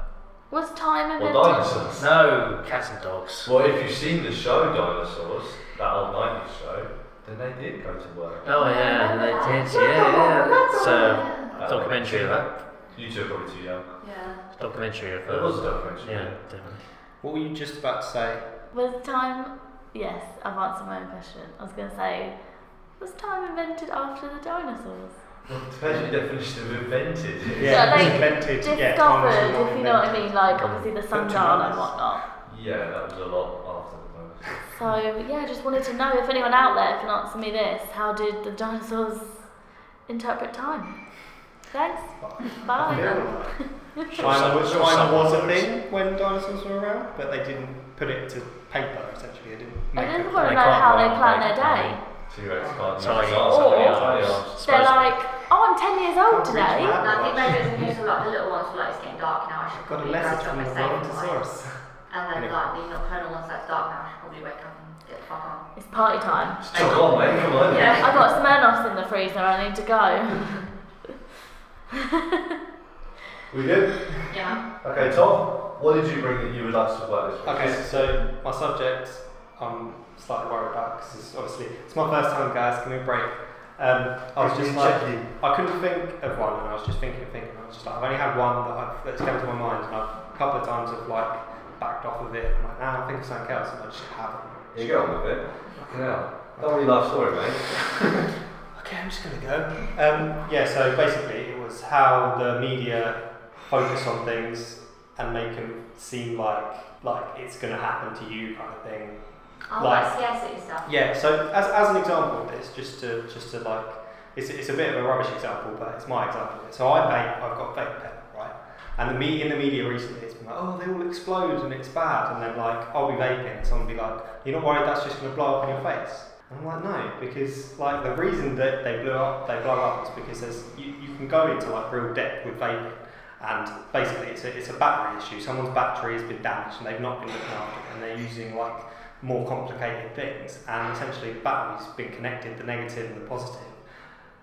Was time
Well,
invented?
dinosaurs.
No, cats and dogs.
Well, if you've seen the show Dinosaurs, that old 90s show, then they did go to work.
Oh yeah, they did. Yeah, yeah. It's a documentary of that.
Uh, You two are probably too young.
Yeah.
Documentary of
It was a
that.
documentary.
Yeah, definitely.
What were you just about to say?
Was time? Yes, I've answered my own question. I was going to say, was time invented after the dinosaurs?
Well, it depends on your definition of invented. *laughs*
Yeah,
it's
like,
invented.
Discovered,
yeah, time was
if you
not
know what
invented.
I mean. Like obviously the sundial and whatnot.
Yeah, that was a lot after the dinosaurs.
So yeah, I just wanted to know if anyone out there can answer me this: How did the dinosaurs interpret time? Thanks. Bye.
China, was,
Some- some
China was a
dinosaurs.
thing when dinosaurs were around, but they didn't put it to paper. Essentially, they didn't.
I
Make
just
it.
want to
They
know
can't
how they
work,
plan
they
their
can't.
day.
T-Rex can't
Sorry.
use
Or-
Oh.
arms.
They're like, oh, I'm ten years old today.
And I think maybe it's because like the little ones were like, it's getting dark now. I should
Got a
probably
message
go
from
to
the
my safe place.
Brontosaurus.
And then
Anyway.
like the nocturnal ones that's dark now, I should probably wake up and get the fuck on.
It's party time.
It's Come on, mate, come on.
Yeah.
I got Smirnoffs in the freezer. I need to go. *laughs*
We good?
Yeah.
Okay, Tom, what did you bring that you would like to talk about this week?
Okay, so my subject I'm slightly worried about because it's obviously it's my first time, guys. Can we break? Um, I was
Can
just
we
like
check you?
I couldn't think of one, and I was just thinking, and thinking. and I was just like, I've only had one that I've, that's come to my mind, and I've a couple of times have like backed off of it. I'm like, nah, I think of something else, and I just haven't.
You get on with it. Fucking hell. Don't really love story, mate.
Okay, I'm just gonna go. Um, yeah, so basically, it was how the media focus on things and make them seem like like it's gonna happen to you, kind of thing.
Oh,
Like-
like CSE stuff.
Yeah, so as, as an example of this, just to just to like, it's, it's a bit of a rubbish example, but it's my example. of it. So I vape, I've got vape pen, right? And the me in the media recently, it's been like, oh, they all explode and it's bad. And then like, I'll be vaping, and someone will be like, you're not worried that's just going to blow up in your face? And I'm like, no, because like the reason that they blew up, they blow up is because there's you, you can go into like real depth with vaping. And basically, it's a, it's a battery issue. Someone's battery has been damaged and they've not been looking after it, and they're using like more complicated things. And essentially, the battery's been connected, the negative and the positive,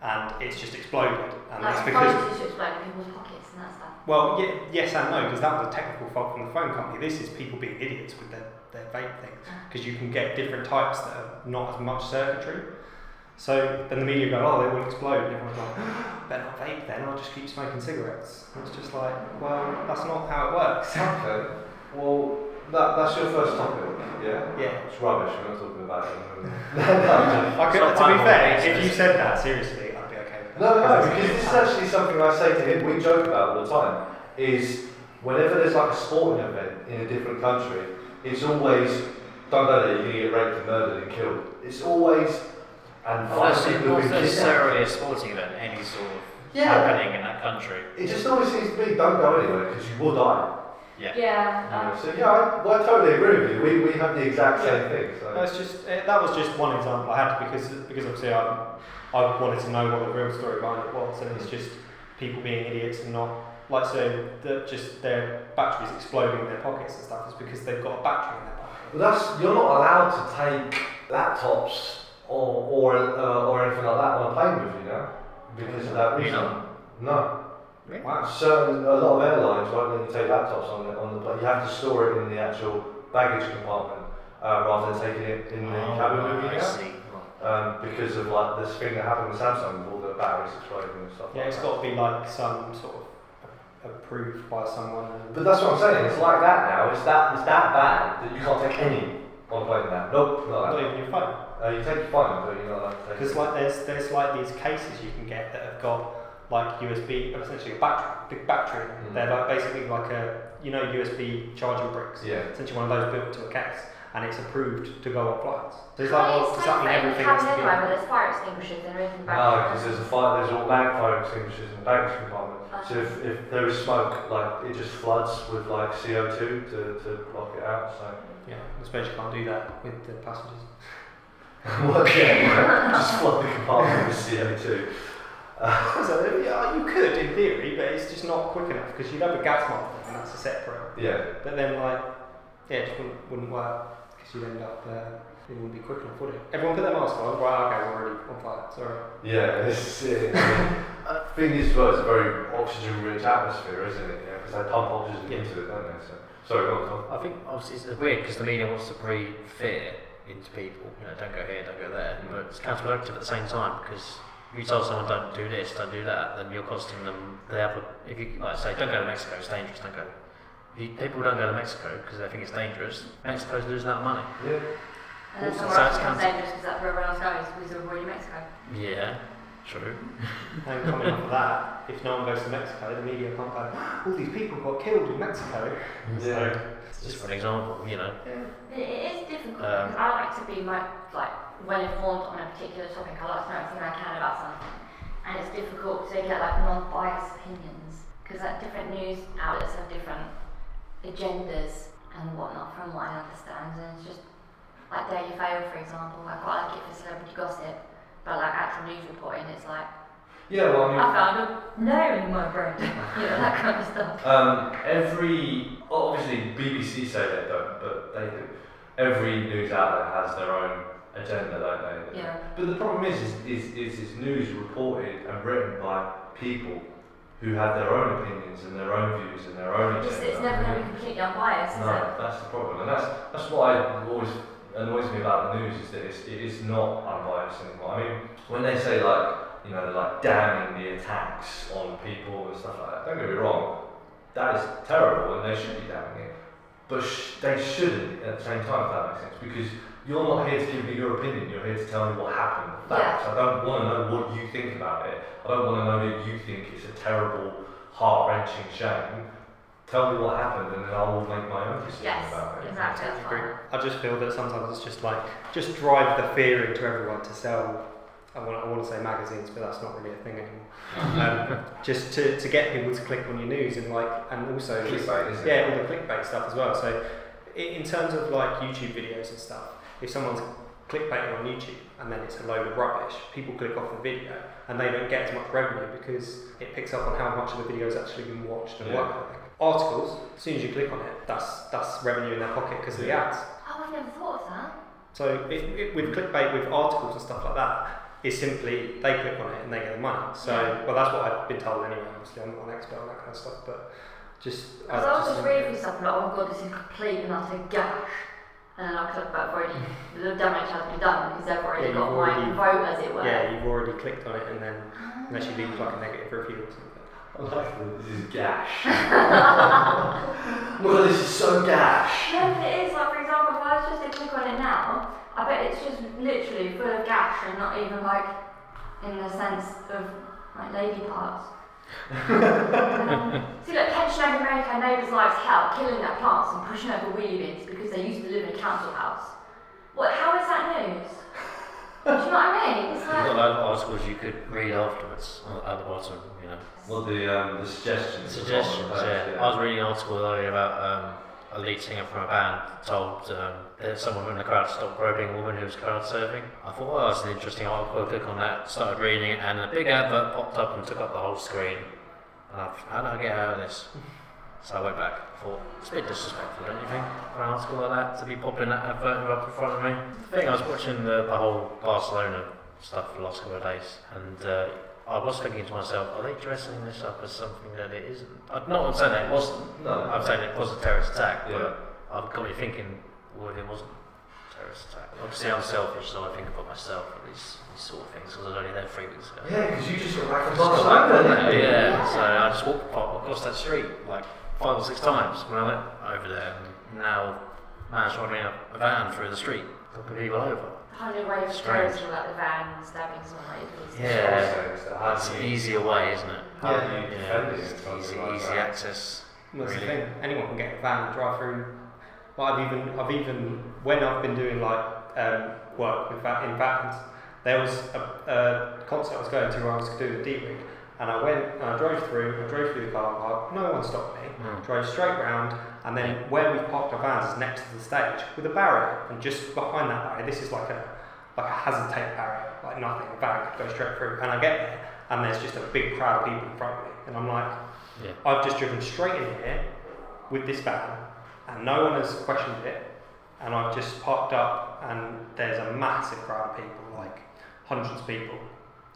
and it's just exploded. And that's
Like,
because
phones just explode in people's pockets and that stuff.
well, ye- yes and no, because that was a technical fault from the phone company. This is people being idiots with their, their vape things, because you can get different types that are not as much circuitry. So then the media go, oh, they will explode, and everyone's like, "Ah, better not vape then, I'll just keep smoking cigarettes. And it's just like, well, that's not how it works.
Okay. Well, that, that's your first topic, yeah?
Yeah.
It's rubbish, we're not talking about it. *laughs*
I could,
not
to be
my
fair,
whole
if you said that seriously, I'd be okay with that.
No, no, because this is actually something I say to him, we joke about all the time, is whenever there's like a sporting event in a different country, it's always, don't go there, you're going to get raped and murdered and killed. It's always, and five
Unless it
people
was
have been
necessarily a
kidnapped.
sporting event, any sort of
Yeah.
happening in that country.
It just always seems to be, don't go anywhere because you will die.
Yeah.
You
Yeah. um,
know, So yeah, I, well, I totally agree with you. We, we have the exact same thing. So.
That's just eh, that was just one example I had because because obviously I I wanted to know what the real story behind it was, and it's just people being idiots and not like so that just their batteries exploding in their pockets and stuff is because they've got a battery in their pocket.
Well, that's you're not allowed to take laptops or or, uh, or anything like that on a plane with you now because of that
You
reason.
know?
No.
Really?
Wow. Certain a lot of airlines won't let you take laptops on the, on the plane. You have to store it in the actual baggage compartment uh, rather than taking it in the
Oh,
cabin with
Oh,
you
I
now.
see.
Um, because of like this thing that happened with Samsung with all the batteries exploding and stuff.
Yeah,
like
it's
that.
got to be like some sort of approved by someone.
But that's what I'm saying. It's like that now. It's that it's that bad that you can't take any on a plane now. Nope, not
Not
allowed.
even your phone,
Uh, you take your phone, but you're not allowed to take.
because like there's there's like these cases you can get that have got like USB, essentially a battery, big battery. in them.
Mm.
They're like basically like a you know USB charging bricks.
Yeah.
essentially one of those built into a case and it's approved to go on flights. So it's like,
How
well,
many
does that mean
times have you had
everything has to be
anyway where there's fire extinguishers and everything back
No,
there?
because Ah, there's a fire, there's automatic fire extinguishers in the baggage compartment. So if, if there is smoke, like it just floods with like CO2 to, to block it out. So *laughs*
Yeah, I suppose you can't do that with the passengers.
well, yeah, just flood the compartment with CO2.
*laughs* so, yeah, you could in theory, but it's just not quick enough because you'd have a gas mask and that's a separate.
Yeah,
But then, like, yeah, it just wouldn't, wouldn't work because you'd end up, uh, it wouldn't be quick enough, would it? Everyone put their mask on, right? Okay, we're already on fire, sorry.
yeah. It's, it, thing is, well, it's a very oxygen-rich atmosphere, isn't it? Yeah, because they pump oxygen
Yeah.
into it, don't they? So sorry, go on, Tom.
I think obviously it's weird because the media wants to breed fear into people. You know, don't go here, don't go there.
Mm.
But it's counterproductive at the same time because if you tell someone don't do this, don't do that, then you're costing them. They have a, if you like say don't go to Mexico, it's dangerous. Don't go. If you, people don't go to Mexico because they think it's dangerous. Mexico's losing out money.
Yeah.
And then somewhere
Also,
else
science
becomes
comes-
dangerous because that's where everyone else goes because they're already in Mexico.
Yeah, true.
And coming off of that, if no one goes to Mexico, the media can't go, all these people got killed in Mexico.
Yeah.
So, it's
Just
just
for an example, you know.
It- It is difficult
Um,
because I like to be mo- like well informed on a particular topic. I like to know everything I can about something, and it's difficult to get like non-biased opinions because like different news outlets have different agendas and whatnot from what I understand. And it's just like Daily Fail, for example. I quite like it for celebrity gossip, but like actual news reporting, it's like
Yeah. Well, I mean,
I found a nail in my bread, you know that kind of stuff.
Um, every obviously BBC say they don't, but they do. Every news outlet has their own agenda, don't they?
Yeah.
But the problem is, is, is, is, is news reported and written by people who have their own opinions and their own views and their own
It's,
agenda.
it's never going to be completely unbiased, is it?
No, that's the problem, and that's that's what I always annoys me about the news is that it's, it is not unbiased anymore. I mean, when they say like you know they're like damning the attacks on people and stuff like that, don't get me wrong, that is terrible, and they should be damning it, but sh- they shouldn't at the same time if that makes sense because. You're not here to give me your opinion, you're here to tell me what happened. the Facts. I don't want to know what you think about it. I don't want to know that you think it's a terrible, heart wrenching shame tell me what happened and then I'll make my own decision
Yes,
about it.
exactly. That's
agree.
fine.
I just feel that sometimes it's just like just drive the fear into everyone to sell I want, I want to say magazines, but that's not really a thing anymore. um, just to, to get people to click on your news and like, and also
Clickbait, isn't it?
yeah, all the clickbait stuff as well. So i- in terms of like YouTube videos and stuff, if someone's clickbaiting on YouTube and then it's a load of rubbish, people click off the video and they don't get as much revenue because it picks up on how much of the video's actually been watched and
Yeah.
what. Articles, as soon as you click on it, that's that's revenue in their pocket because of the ads.
Oh, I've never thought of that.
So it, it, with clickbait, with articles and stuff like that, is simply they click on it and they get the money. So well, that's what I've been told anyway. Obviously, I'm not an expert on that kind of stuff, but just
Because I was just reading through stuff and like, oh my god, this is complete and utter gash. And then I was like, but I've already, the damage has been done because they've already
Yeah,
got
you've
my
already-
vote, as it were.
yeah, you've already clicked on it, and then unless you leave like a negative review or something.
I like that this is gash. *laughs* well, this is so gash.
No, but it is like, for example, if I was just to click on it now, I bet it's just literally full of gash and not even like in the sense of like lady parts. um, see, look, pension over America, neighbours' lives hell, killing their plants and pushing over wheelie bins because they used to live in a council house. What? How is that news? Do you know what I mean? It's
There's a
like.
lot of articles you could read afterwards on- at the bottom, you know.
Well, the um, the suggestions.
Suggestions,
are on the page,
yeah. I was reading an article earlier about um, a lead singer from a band told um, that someone in the crowd stopped groping a woman who was crowd surfing. I thought, well, that's an interesting article. I click on that, started reading it, and a big advert popped up and took up the whole screen. And I thought, how do I get out of this? So I went back. I thought, it's a bit disrespectful, don't you think, for an article like that to be popping that advert up in front of me? I think I was watching the, the whole Barcelona stuff for the last couple of days, and uh, I was thinking to myself, are they dressing this up as something that it isn't? I'm not I'm saying that it wasn't.
No.
I'm saying it was a terrorist attack,
Yeah.
but I've got me thinking, well, if it wasn't a terrorist attack. Obviously, I'm selfish, so I think about myself and these, these sort of things, because I was only there three weeks ago.
Yeah, because you just got back in
Just got back on
Barcelona.
there,
didn't you?
Yeah, so I just walked pa- across that street like five or six times when I went over there, and now managed to run me a a van through the street, knocking people over.
Hundred ways of
Strange.
terrorism, like the van stabbing someone. like,
Yeah,
How
that's
do
an
you-
easier way, isn't it?
How do you
Yeah,
defend
it's
it?
easy, easy access.
And That's the
Really?
thing. Anyone can get a van, drive through. Like I've even, I've even when I've been doing like um, work with va- in vans, there was a, a concert I was going to where I was doing a D wing, and I went and I drove through. I drove through the car park. No one stopped me.
Hmm.
Mm.
Drove straight round, and then where we parked our vans is next to the stage with a barrier, and just behind that barrier, this is like a like a hazard tape barrier, like nothing. A van could go straight through, and I get there, and there's just a big crowd of people in front of me, and I'm like.
Yeah.
I've just driven straight in here with this van, and no one has questioned it. And I've just parked up, and there's a massive crowd of people, like hundreds of people.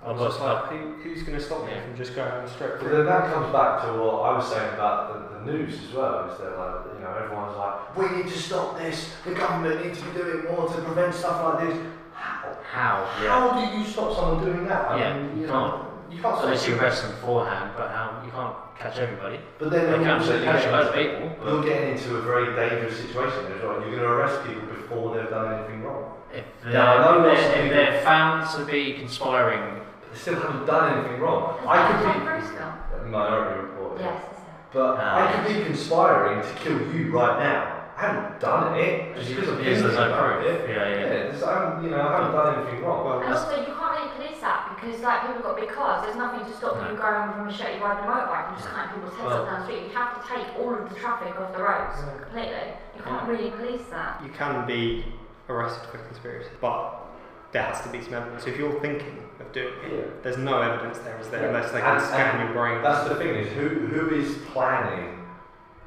I was
I've
just like,
got-
Who, who's going to stop me
Yeah.
from just going straight
But
through?
then that comes back to what I was saying about the, the news as well. Is that like you know everyone's like we need to stop this. The government needs to be doing more to prevent stuff like this. How?
How? Yeah.
How do you stop someone doing that?
Yeah,
mean,
you
You can't
Unless
stop
you
it.
arrest them beforehand, but how? You can't catch everybody.
But then
They can
also
actually
you
catch
get-
a load of people.
You're
But
getting into a very dangerous situation as well. You're going to arrest people before they've done anything wrong.
if they're,
Yeah, I know
if
lots of
they're, if
people-
they're found to be conspiring,
But they still haven't done anything wrong.
Is
I
that Tom
could
Cruise film?
be minority report.
Yes, is it?
But
Ah.
I could be conspiring to kill you right now. I haven't done it. Just because I'm
there's
thinking
no
about
proof.
it.
Yeah,
Yeah,
yeah.
there's- I haven't, you know, I haven't done anything wrong.
Well,
And also, you can't really police that because like people got big cars. There's nothing to stop you going from a shitty riding a motorbike and just cutting people's heads
Well-
up down the street. You have to take all of the traffic off the roads completely. You can't really police that.
you can be arrested for conspiracy, but there has to be some evidence. If you're thinking of doing it,
Yeah.
there's no evidence there, is there?
Yeah.
Unless they can
And-
scan
and
your brain.
That's the thing is, who who is planning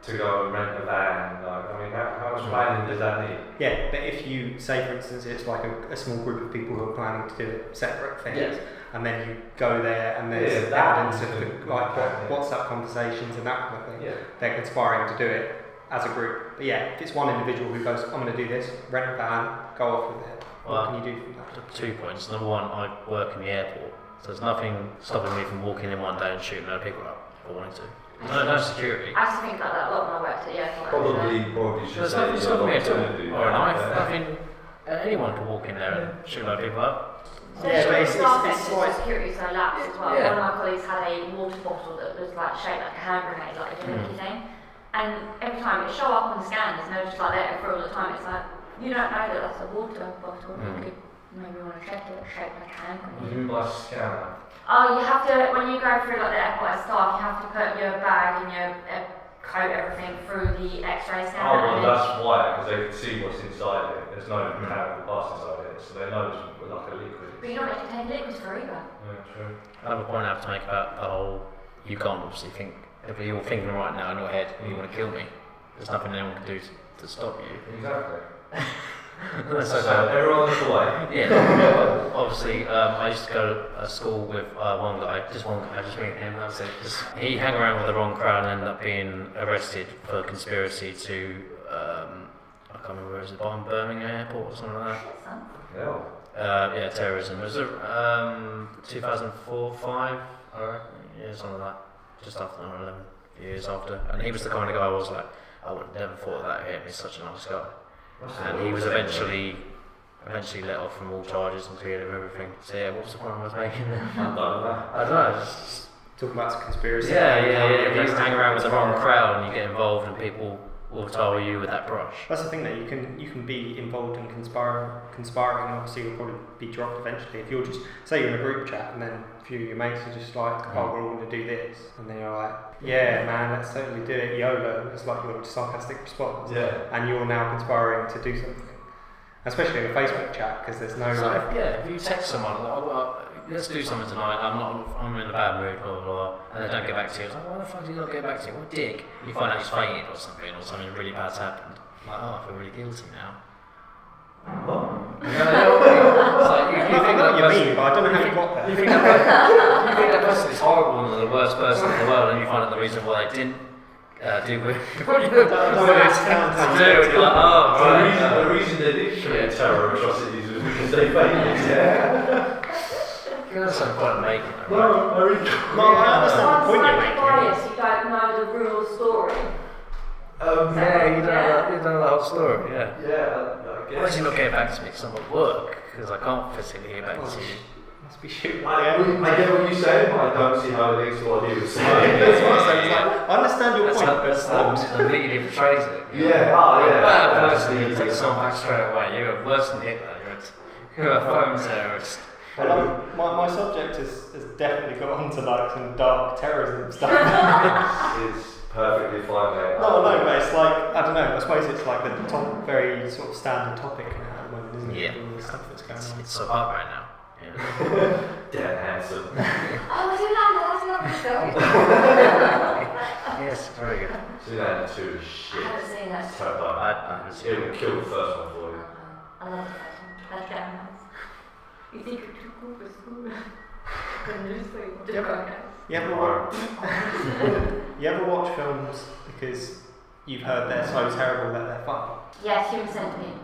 to go and rent a van? Like, I mean, how, how much planning does that need?
Yeah, but if you say, for instance, it's like a, a small group of people who are planning to do separate things,
Yeah.
and then you go there and
Yeah,
there's
that
evidence
is
of
good.
the, like
Yeah.
what, WhatsApp conversations and that kind of thing,
Yeah.
they're conspiring to do it as a group. But yeah, if it's one individual who goes, I'm going to do this, rent a van, go off with it,
Well,
what can you do from that?
Two points. Number one, I work in the airport, so there's nothing stopping me from walking in one day and shooting other people up if I wanted to. No, no security.
I used to think like that a lot when I worked at Yale.
Probably, probably should.
There's
say "Oh,
nothing
you're
stopping
not gonna do
me at all. Oh, Or a
that,
knife.
but-
Nothing. Anyone can walk in there and shoot other people up.
Yeah, but it's- it's- it's like-
security so lax as well.
Yeah.
One of my colleagues had a water bottle that was like shaped like a hand grenade, like
Mm.
a drinky thing. And every time it show
Mm.
up on the scanners, and they're just like there for all the time. It's like you don't know that that's a water bottle. You could Maybe you want to check it, shape like a triangle.
What do you mean by scanner?
Oh, you have to when you go through like the airport staff, you have to put your bag and your uh, coat, everything through the X-ray
Oh,
scanner.
well,
and then-
that's why, because they can see what's inside it. There's no mechanical parts inside it, so they know it's like a
But
liquid.
you don't have to take liquids for either.
Yeah, true.
Another point I have to make about the whole you can't obviously think if you're thinking right now in your head you want to kill me. There's nothing anyone can do to, to stop you. *laughs*
Exactly.
That's so
So
bad.
everyone's away.
Yeah. Obviously, um, I used to go to a school with uh, one guy, just one guy, just me and him. That was it. Just, he hung around with the wrong crowd and ended up being arrested for conspiracy to um, I can't remember where it was, bomb Birmingham Airport or something like that.
Shit, son.
Yeah.
Uh, yeah, terrorism. Was it um, 2004, 5? Alright. Yeah, something like that. Just after 9 11, years after. And he was the kind of guy I was like, I would never thought that of him. He's such a nice guy. And he was eventually eventually let off from all charges and cleared of everything. So yeah, what was the point I was making there?
I'm done with that.
I don't know. it's just-
Talking about conspiracy.
yeah, yeah, yeah. If you hang around with the wrong crowd and you get involved and people will tar you with that brush.
That's the thing though, you can you can be involved in conspire, conspiring and obviously you'll probably be dropped eventually if you're just say you're in a group chat and then a few of your mates are just like,
Uh-huh.
Oh, we're all gonna do this and then you're like, Yeah man, let's totally do it, YOLO it's like your sarcastic response.
Yeah.
And you're now conspiring to do something. Especially in a Facebook chat because there's no
So
like
if, yeah, if you text someone, like, oh, well, let's do something tonight. I'm not. I'm in a bad mood. Blah blah. blah and they don't get back to you. It's like, why the fuck do you not get back to you? What dick? You find out he's fainted or something, or something really bad's happened. Like, oh, I feel really guilty now. *laughs* What? You know, it's like, you, you
I
think
know what
that
you
person,
mean, but I don't know how you got there.
you think that person, you think that person is horrible and the worst person in the world, and you find out the reason why they didn't uh, do what *laughs* what you what you asked them to do, and you're like, oh,
The
right.
reason, the reason they did commit terror atrocities was because they failed. Yeah.
That's no point in making it, right?
No, I really.
No, I understand the
Once
point you're
like
making.
bias, you don't know the real story.
Um,
Yeah, you don't know, you don't know the whole story, yeah.
yeah, I
Why is
guess.
he not getting back to me? Because I'm at work, because I can't physically get back to you.
*laughs* Must be shooting.
I, I get what you're saying, but I don't see how it links to what he was saying.
That's what I'm saying, it's like, I understand your
That's
point,
not,
but
that's
it's
not
not.
completely betrays it.
Yeah, oh, yeah.
But personally, you take someone back straight away. You're worse than Hitler. You're a, you're a phone terrorist.
I love- My, my subject has, has definitely got onto like some dark
*laughs*
terrorism stuff.
It's perfectly fine, mate.
No, no, but it's like I don't know. I suppose it's like the top, very sort of standard topic now at the moment, isn't it?
Yeah.
All this stuff that's going
It's,
on.
it's so hard right now. Yeah.
Damn handsome.
Oh, Zoolander, that's another story.
yes, very good.
Zoolander 2 is
I
shit.
haven't seen that.
It's terrifying.
I, I was
It would kill the first one for you.
I love that. That's that You think you're too cool for *laughs* school? And you're just like, just go again.
You ever watch, you ever watch films because you've heard they're so terrible that they're fun?
Yes, human centipede.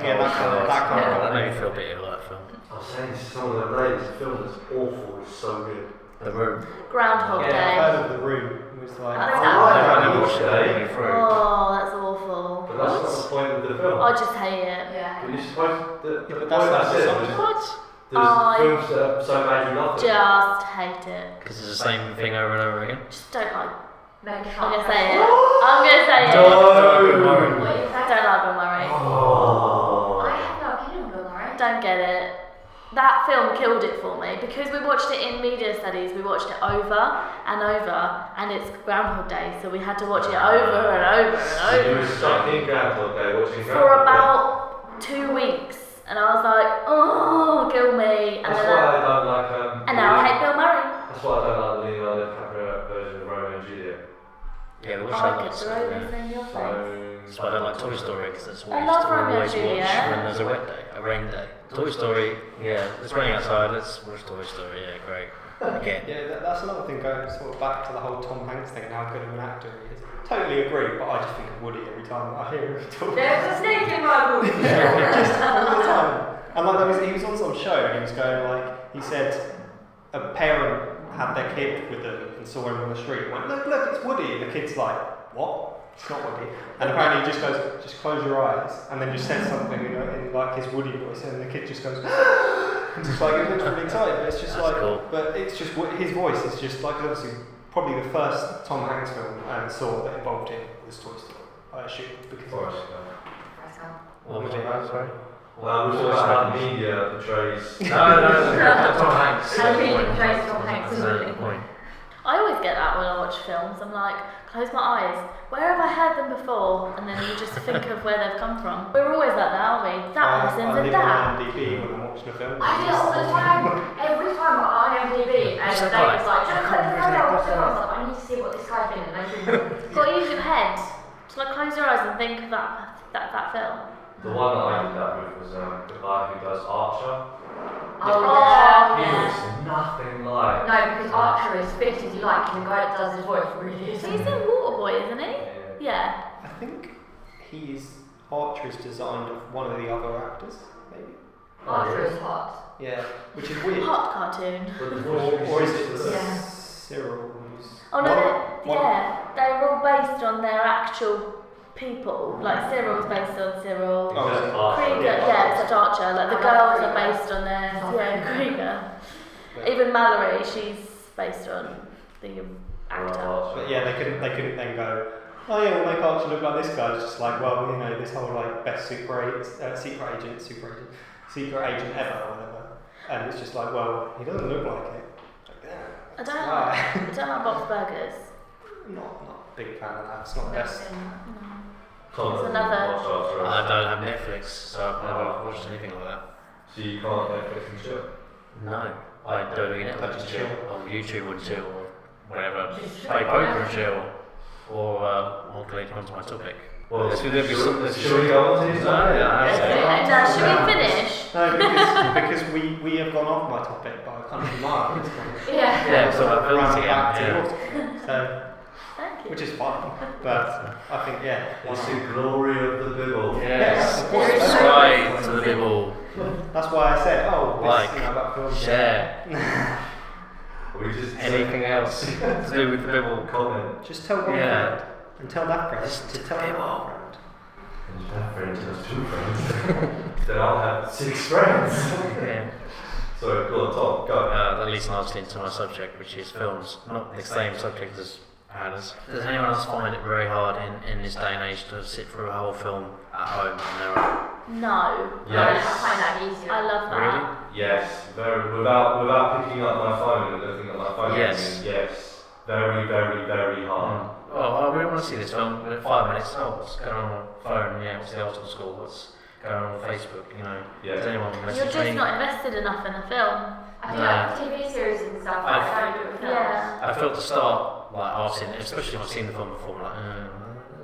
Yeah, that kind of that kind
That
of.
made me feel a bit ill, that film.
I was saying to someone the other day, this film is awful, it's so good.
The room.
Groundhog
Yeah,
Day.
I've heard of the room. It was like
I like how you watch it, eh?
Today.
Oh, that's awful.
But that's not the point of the film.
I just hate it.
Yeah.
But you're supposed to.
Yeah,
the
but
point
that's not
that's
the
it. There's,
subject.
What? Oh, I-
there's films that are so bad you love them.
Just hate it.
Because it's the same thing over and over again.
Just don't like.
Meg
I'm
Hart.
gonna say it. I'm gonna say it.
No!
What is
Don't
that?
like Bill Murray.
Oh, I
Oh.
have no opinion on Bill Murray.
Don't get it. That film killed it for me because we watched it in media studies. We watched it over and over, and it's Groundhog Day, so we had to watch it over and over and over.
You were stuck in Groundhog Day watching
for
Groundhog Day.
about two weeks, and I was like, oh, kill me. And
That's
then I,
why I don't like um.
and now I hate Bill Murray.
That's why I don't like the Leonardo DiCaprio version of Romeo and Juliet.
Yeah, we
Oh,
watched that
I could
last
throw
night.
this in your face.
So.
That's why I don't like Toy Story because that's what
I
we
love
used to
Romeo and
always watch
Juliet.
when there's a wet day, a rain day. Toy Story, yeah, it's raining outside, let's watch Toy Story, yeah, great. *laughs* Again.
yeah, that, that's another thing going sort of back to the whole Tom Hanks thing and how good of an actor he is. Totally agree, but I just think of Woody every time I hear him talk.
There's a snake in my room.
just all the time. And like, there was, he was on some show and he was going like, he said a parent had their kid with them and saw him on the street and went, look, look, it's Woody. And the kid's like, what? It's not Woody. And apparently he just goes, just close your eyes. And then just says something in, in like his Woody voice and the kid just goes, *gasps* and just like, it looks really excited. But it's just
That's
like,
cool.
but it's just, wo- his voice is just like, obviously, probably the first Tom Hanks film I ever saw that involved him was Toy Story. I assume because
Forrest
of
Gump.
What was it about, sorry?
Well, we
Or
talk about how
Spartans.
the media portrays.
No, *laughs* no, no, no, Tom Hanks.
I really
Point.
enjoyed Tom Hanks.
That's the point.
I always get that when I watch films. I'm like, close my eyes. Where have I heard them before? And then you just think of where they've come from. We're always like that, aren't we? That
I, Uh, I
person's a
live
that.
on IMDb when I'm watching a film.
I do it all the time. Every time I'm on IMDb, and David's
Just like,
like, "Just click the photo on the film." I was like, I need to see what this guy's been in. And I
*laughs*
do.
Got to use your head. So like close your eyes and think of that that, that film.
The one that I did that with was um, the guy who does Archer.
Oh,
Oh,
yeah.
He looks nothing like.
No, because Archer is fit as you like, and the guy that does his voice really is.
So he's in Waterboy, isn't he?
Yeah.
Yeah.
I think he's Archer is designed of one of the other actors, maybe.
Archer is hot.
Yeah, which is weird.
Hot cartoon.
But the
Or, or is it
voice-
Yeah.
Cyril? who's-
Oh no,
One-
they're,
one-
yeah, they're all based on their actual people. Like Cyril's based on Cyril.
Oh,
Exactly.
Krieger,
Yeah.
yeah, it's a Archer. Like the
I love
girls are
Krieger.
based on their
Love
yeah Krieger. Even Mallory, she's based on the actor.
Archer.
But yeah, they couldn't. They couldn't then go. Oh yeah, we'll make Archer look like this guy. It's just like, well, you know, this whole like best super eight, uh, secret agent, super agent, secret agent ever, or whatever. And it's just like, well, he doesn't look like it. Like, yeah,
I don't,
Why?
I don't like box burgers.
not not a big fan of that. It's not the best.
Nothing.
Tom
It's
doesn't
another-
watch Archer.
I don't have Netflix, so I've never watched anything like that.
So you can't Netflix and chill.
No, I don't do
That's
Netflix and chill,
chill.
or YouTube and chill, or whatever.
Just
Play
like
poker
that.
and chill, or um, or lead on to my topic.
Well,
This- this-
should,
this-
should we go on to this?
No, yeah,
Let's do
okay.
it. Now, should we finish?
No, because, because we, we have gone off my topic by a country mile. at this point.
Yeah.
Yeah, so
We've
I built
run
it
back to
again.
yours. So,
Thank you.
which is fine, but I think yeah. why
It's
not?
the glory of the bibble.
yeah.
Yes,
Yes,
of course.
subscribe to the people,
That's why I said, oh, this,
Like,
you know, about film.
share,
We just
anything else to do with the people.
comment.
Just tell one
Yeah.
friend, and tell that friend,
Just
to tell
tell
that
all.
friend.
And if that friend has two friends, *laughs* then I'll have six friends.
Yeah.
Sorry, go on, Tom, go.
Uh, at least largely into my subject, which is films, not the same subject as Hannah's. Does anyone else find it very hard in, in this day and age to sit through a whole film at home on their own?
No.
Yes.
I find that easier.
I love that.
Really?
Yes, very, without without picking up my phone and looking at my phone.
Yes.
Yes. Very, very, very hard.
Oh, I really want to see this film. but in Five minutes. Oh, what's going on on the phone? Yeah, what's the old school? What's going on on Facebook? You know, does
Yeah.
anyone
You're
message
just
me?
not invested enough in a film.
I do like TV series and stuff. but I don't do it with films.
Yeah.
I feel at the start like I've seen, it, especially if I've seen the film before, I'm like,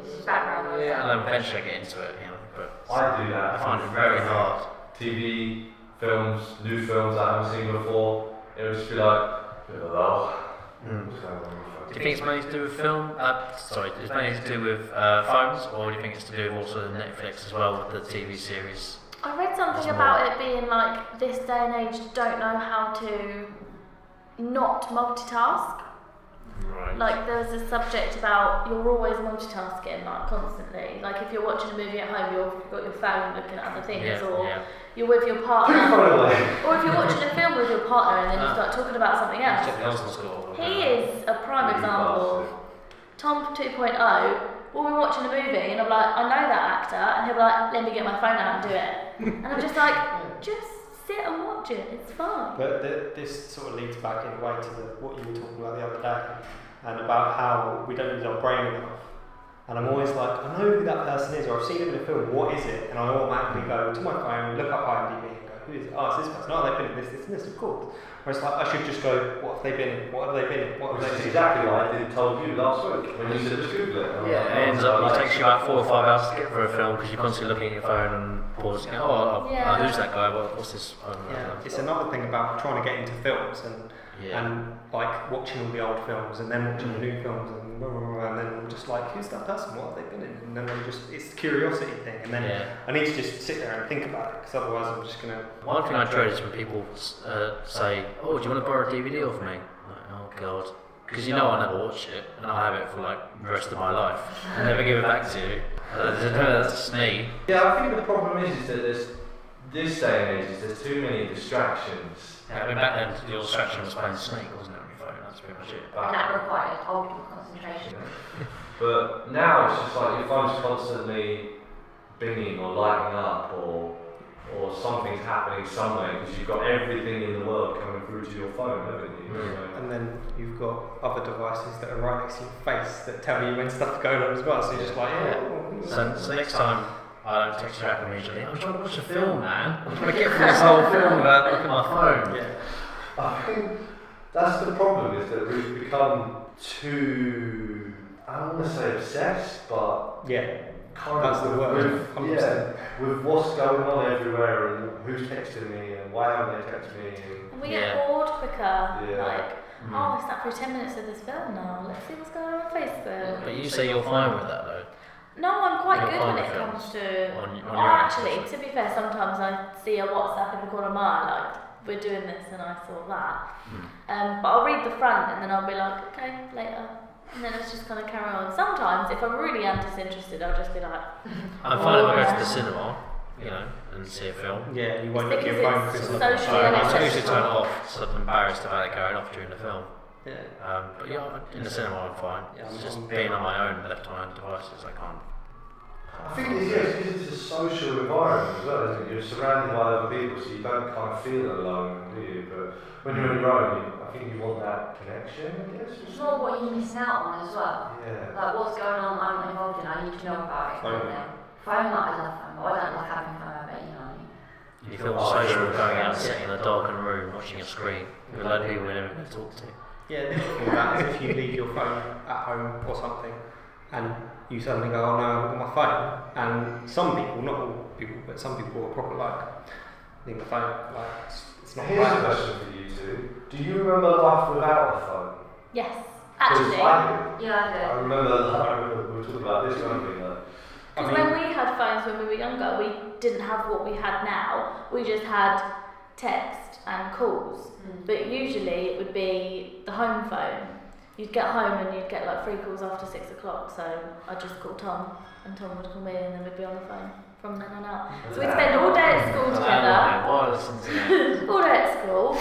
It's
uh,
just background noise.
yeah, and then eventually I get into it. You know, but
I do that.
I find it very hard.
TV, films, new films I haven't seen before. It would just be like, oh. what's going on on my
Do
phone?
you think it's mainly to do with film? Uh, sorry, it's mainly to do with uh, phones, or do you think it's to do with also the Netflix as well with the TV series?
I read something
It's
about it being like this day and age don't know how to not multitask.
Right.
Like there was a subject about you're always multitasking, like constantly. Like if you're watching a movie at home, you're- you've got your phone looking at other things,
yeah,
or
yeah.
you're with your
Put your
partner,
phone away.
or if you're watching a film with your partner and then you
Ah.
start talking about something else.
Check the old school.
He is a prime
You
example.
bastard.
Tom 2.0, we'll be watching a movie and I'm like, I know that actor, and he'll be like, let me get my phone out and do it. And I'm just like, just sit and watch it, it's fine.
But th- this sort of leads back in a way to the, what you were talking about the other day, and about how we don't use our brain enough. And I'm always like, I know who that person is, or I've seen them in a film, what is it? And I automatically go to my phone, look up IMDb, and go, who is it? Oh, it's this person. Oh, they've been in this, this, and this, of course. Whereas like, I should just go, what have they been in? What have they been in? What have
Which
they
is
been in?
exactly what I did told you last week when you said just Google it. And I'm like,
Yeah, it ends
oh,
up,
like,
it takes you about four or five hours to get through a film because you're constantly looking at your phone and pausing. Oh, oh, oh,
Yeah.
who's that guy? What, what's this? I don't know.
Yeah, it's another thing about trying to get into films and
Yeah. Mm.
and like watching all the old films and then watching the new films and blah, blah, blah, and then I'm just like, who's that person? What have they been in? And then I'm just it's the curiosity thing, and then
Yeah.
I need to just sit there and think about it because otherwise I'm just gonna.
One thing I dread is when people uh, say, "Oh, do you want to borrow a DVD off me?" Like, oh God, because you know I'll never watch it and I'll have it for like the rest of my life and never give it back to you. Uh, *laughs* that's just me.
Yeah, I think the problem is, is that there's this day and age is there's too many distractions.
Yeah, I mean, back then, the distraction was playing Snake, wasn't it, on your phone? That's pretty much it.
And
Back
that requires total concentration.
But now it's just like your phone's constantly binging or lighting up or or something's happening somewhere because you've got everything in the world coming through to your phone, haven't you?
Mm.
So-
And then you've got other devices that are right next to your face that tell you when stuff's going on as well. So you're just like,
Yeah.
oh,
So, so next time I don't text you back immediately, I'm trying to watch a film, man. I'm trying to get through this whole film without looking at my phone.
yeah.
I think that's the problem is that we've become too. I don't want to say obsessed, but
Yeah.
kind
That's
of
*laughs*
the word,
With,
100%.
yeah, with what's going on everywhere and who's texting me and why haven't they texted me? And
And we get
Yeah.
bored quicker.
Yeah.
Like,
Hmm.
oh, I sat through 10 minutes of this film now. Let's see what's going on on Facebook.
But you say you're fine with that though.
No, I'm quite
You're
good when
fine with
it
films.
comes to.
On- on
Well,
your own,
actually,
obviously.
to be fair, sometimes I see a WhatsApp in the corner of my eye, like, we're doing this, and I saw that. Um, but I'll read the front and then I'll be like, okay, later. And then it's just kind of carry on. Sometimes, if I'm really am disinterested, I'll just be like,
I'm fine if I go
Yeah.
to the cinema, you know, and see a film.
Yeah, you won't
It's
look at your
because
phone
it's
because
so
So
Yeah, that's
I
true.
usually turn Uh, it off, so I'm embarrassed about it going off during the film.
Yeah.
Um, but yeah, in the cinema I'm fine.
Yeah,
It's
I'm-
just
I'm-
being on my own, left to my own devices, I can't.
I think it's, yeah, it's 'cause it's a social environment as well, isn't it? You're surrounded by other people, so you don't kind of feel alone, do you? But when you're on your own, you, I think you want that connection, I guess.
It's more what you're missing out on as well.
Yeah.
Like what's going on, I'm not involved in, I need to know about it.
Phone.
kind of thing. Phone, like, I love phone, but I don't like having phone over, you know what I mean?
You feel
Oh,
social
yeah.
going out, sitting in a darkened room, watching a screen with a load of people we never going to talk to.
Yeah, the other thing about that is if you leave your phone at home or something and you suddenly go, oh no, I haven't got my phone. And some people, not all people, but some people are proper like, leave my phone, like, it's, it's not
Here's a
right.
question for you two. Do you remember life without a phone?
yes.
'Cause
Actually,
I do.
Yeah, I
I remember that. I remember we were talking about this, weren't we? Like,
I
Because
mean,
when we had phones when we were younger, we didn't have what we had now. We just had text and calls.
Mm.
But usually it would be the home phone. You'd get home and you'd get like three calls after six o'clock. So I'd just call Tom and Tom would call me and then we'd be on the phone from then on out. So we'd spend all day at school together,
Hello, wireless internet.
all day at school,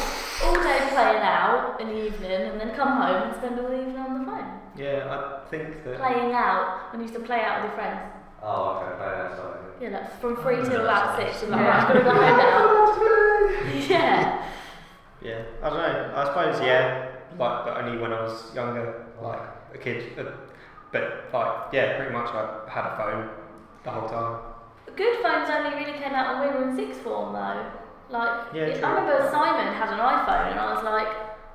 all day playing out in the evening and then come home and spend all the evening on the phone.
yeah, I think that.
Playing out when you used to play out with your friends.
oh, okay, play outside.
Yeah, like from three till
Yeah,
about
that's
six, you're like, right, I've got to go home now. yeah.
Yeah, I don't know. I suppose yeah, like but only when I was younger, like a kid. uh, But like yeah, pretty much I had a phone the whole time.
Good phones only really came out when we were in sixth form, though. Like,
Yeah,
it,
true.
I remember Simon had an iPhone, and I was like,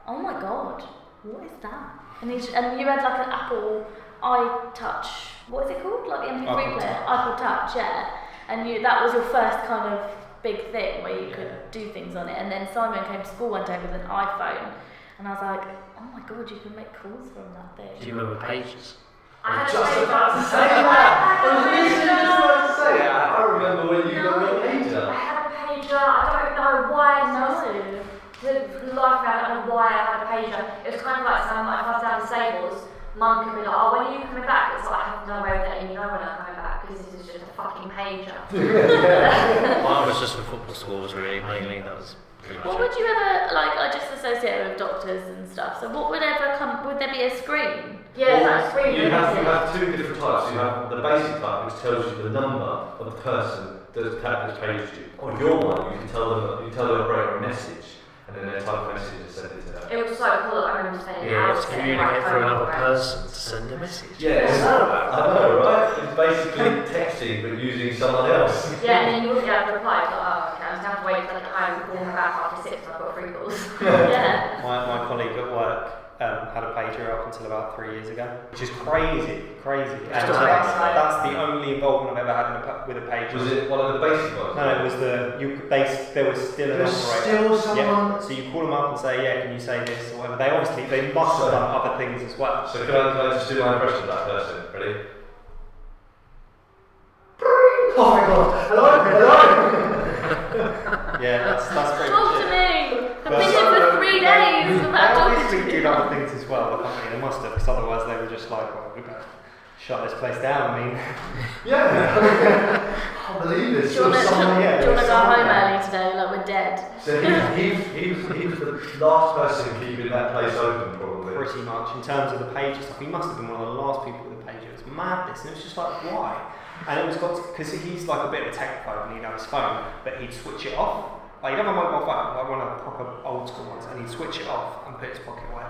oh my god, what is that? And, he, j- and you had like an Apple iTouch, what is it called? Like the MP3
iPod
player, iPod Touch, yeah. And you that was your first kind of big thing where you could do things on it. And then Simon came to school one day with an iPhone, and I was like, oh my god, you can make calls from that thing.
Do you remember pages?
I had
just
a
about to
paper-
say
*laughs*
that. I was literally just about to say that. I remember when you got your
I
pager.
had a pager, I don't know why, no.
No.
The life I don't know why I had a pager. It was kind of like something like if I was down at Sables, mum could be like, oh, when are you coming back? It's like, I have no way of letting you know when I'm coming back because this is just a fucking pager.
Mine was just for football scores, really, mainly. That was pretty
What
much it.
would you ever like? I just associate it with doctors and stuff. So what would ever come? Would there be a screen?
Yeah, that's really
You have, you have two different types. You have the basic type, which tells you the number of the person that has has paged you. On your one, you can tell them, you tell the operator a message, and then they type a message and send it to them.
It was so cool. I remember spending
Yeah,
hours
it's
sitting around
communicate through
phone
another
calls.
person to send a message.
Yeah,
What's
it's-
that about?
I know, right? It's basically texting but using someone else.
Yeah, and then you wouldn't be able to reply. It's like, oh, okay, I'm just gonna have to wait until I get home, call her back after six, and I've got three calls.
yeah.
My, my colleague at work um, had a pager up until about three years ago, which is crazy, crazy. And
just a
that's,
website.
that's the only involvement I've ever had in a, pa- with a pager.
Was it one of the basic ones?
No, it was the you. They s- there was still an
There's
operator.
still someone-
Yeah. So you call them up and say, yeah, can you say this or whatever. They obviously they must have
So-
done other things as well.
So can I, can I just do my impression of that person? Ready? Oh my god! Hello? Hello?
Yeah, that's that's pretty much
Talk
it.
to me. I've
Well,
been here for three days without
They
talking
obviously did other things as well, the company. They must have, because otherwise they were just like, well, we better shut this place down. I mean,
*laughs* Yeah! I can't believe
Do
this.
you want to
There was someone- yeah, there was
go home
someone there.
early today? Like we're dead.
So he, he, he, was, he was the last person keeping that place open, probably.
pretty much in terms of the pages, stuff, he must have been one of the last people with the pages. It was madness, and it was just like, why? And it was because he's like a bit of a technophobe and he'd have his phone, but he'd switch it off. Like he'd have a mobile phone, like one of the proper old school ones, and he'd switch it off and put his pocket away.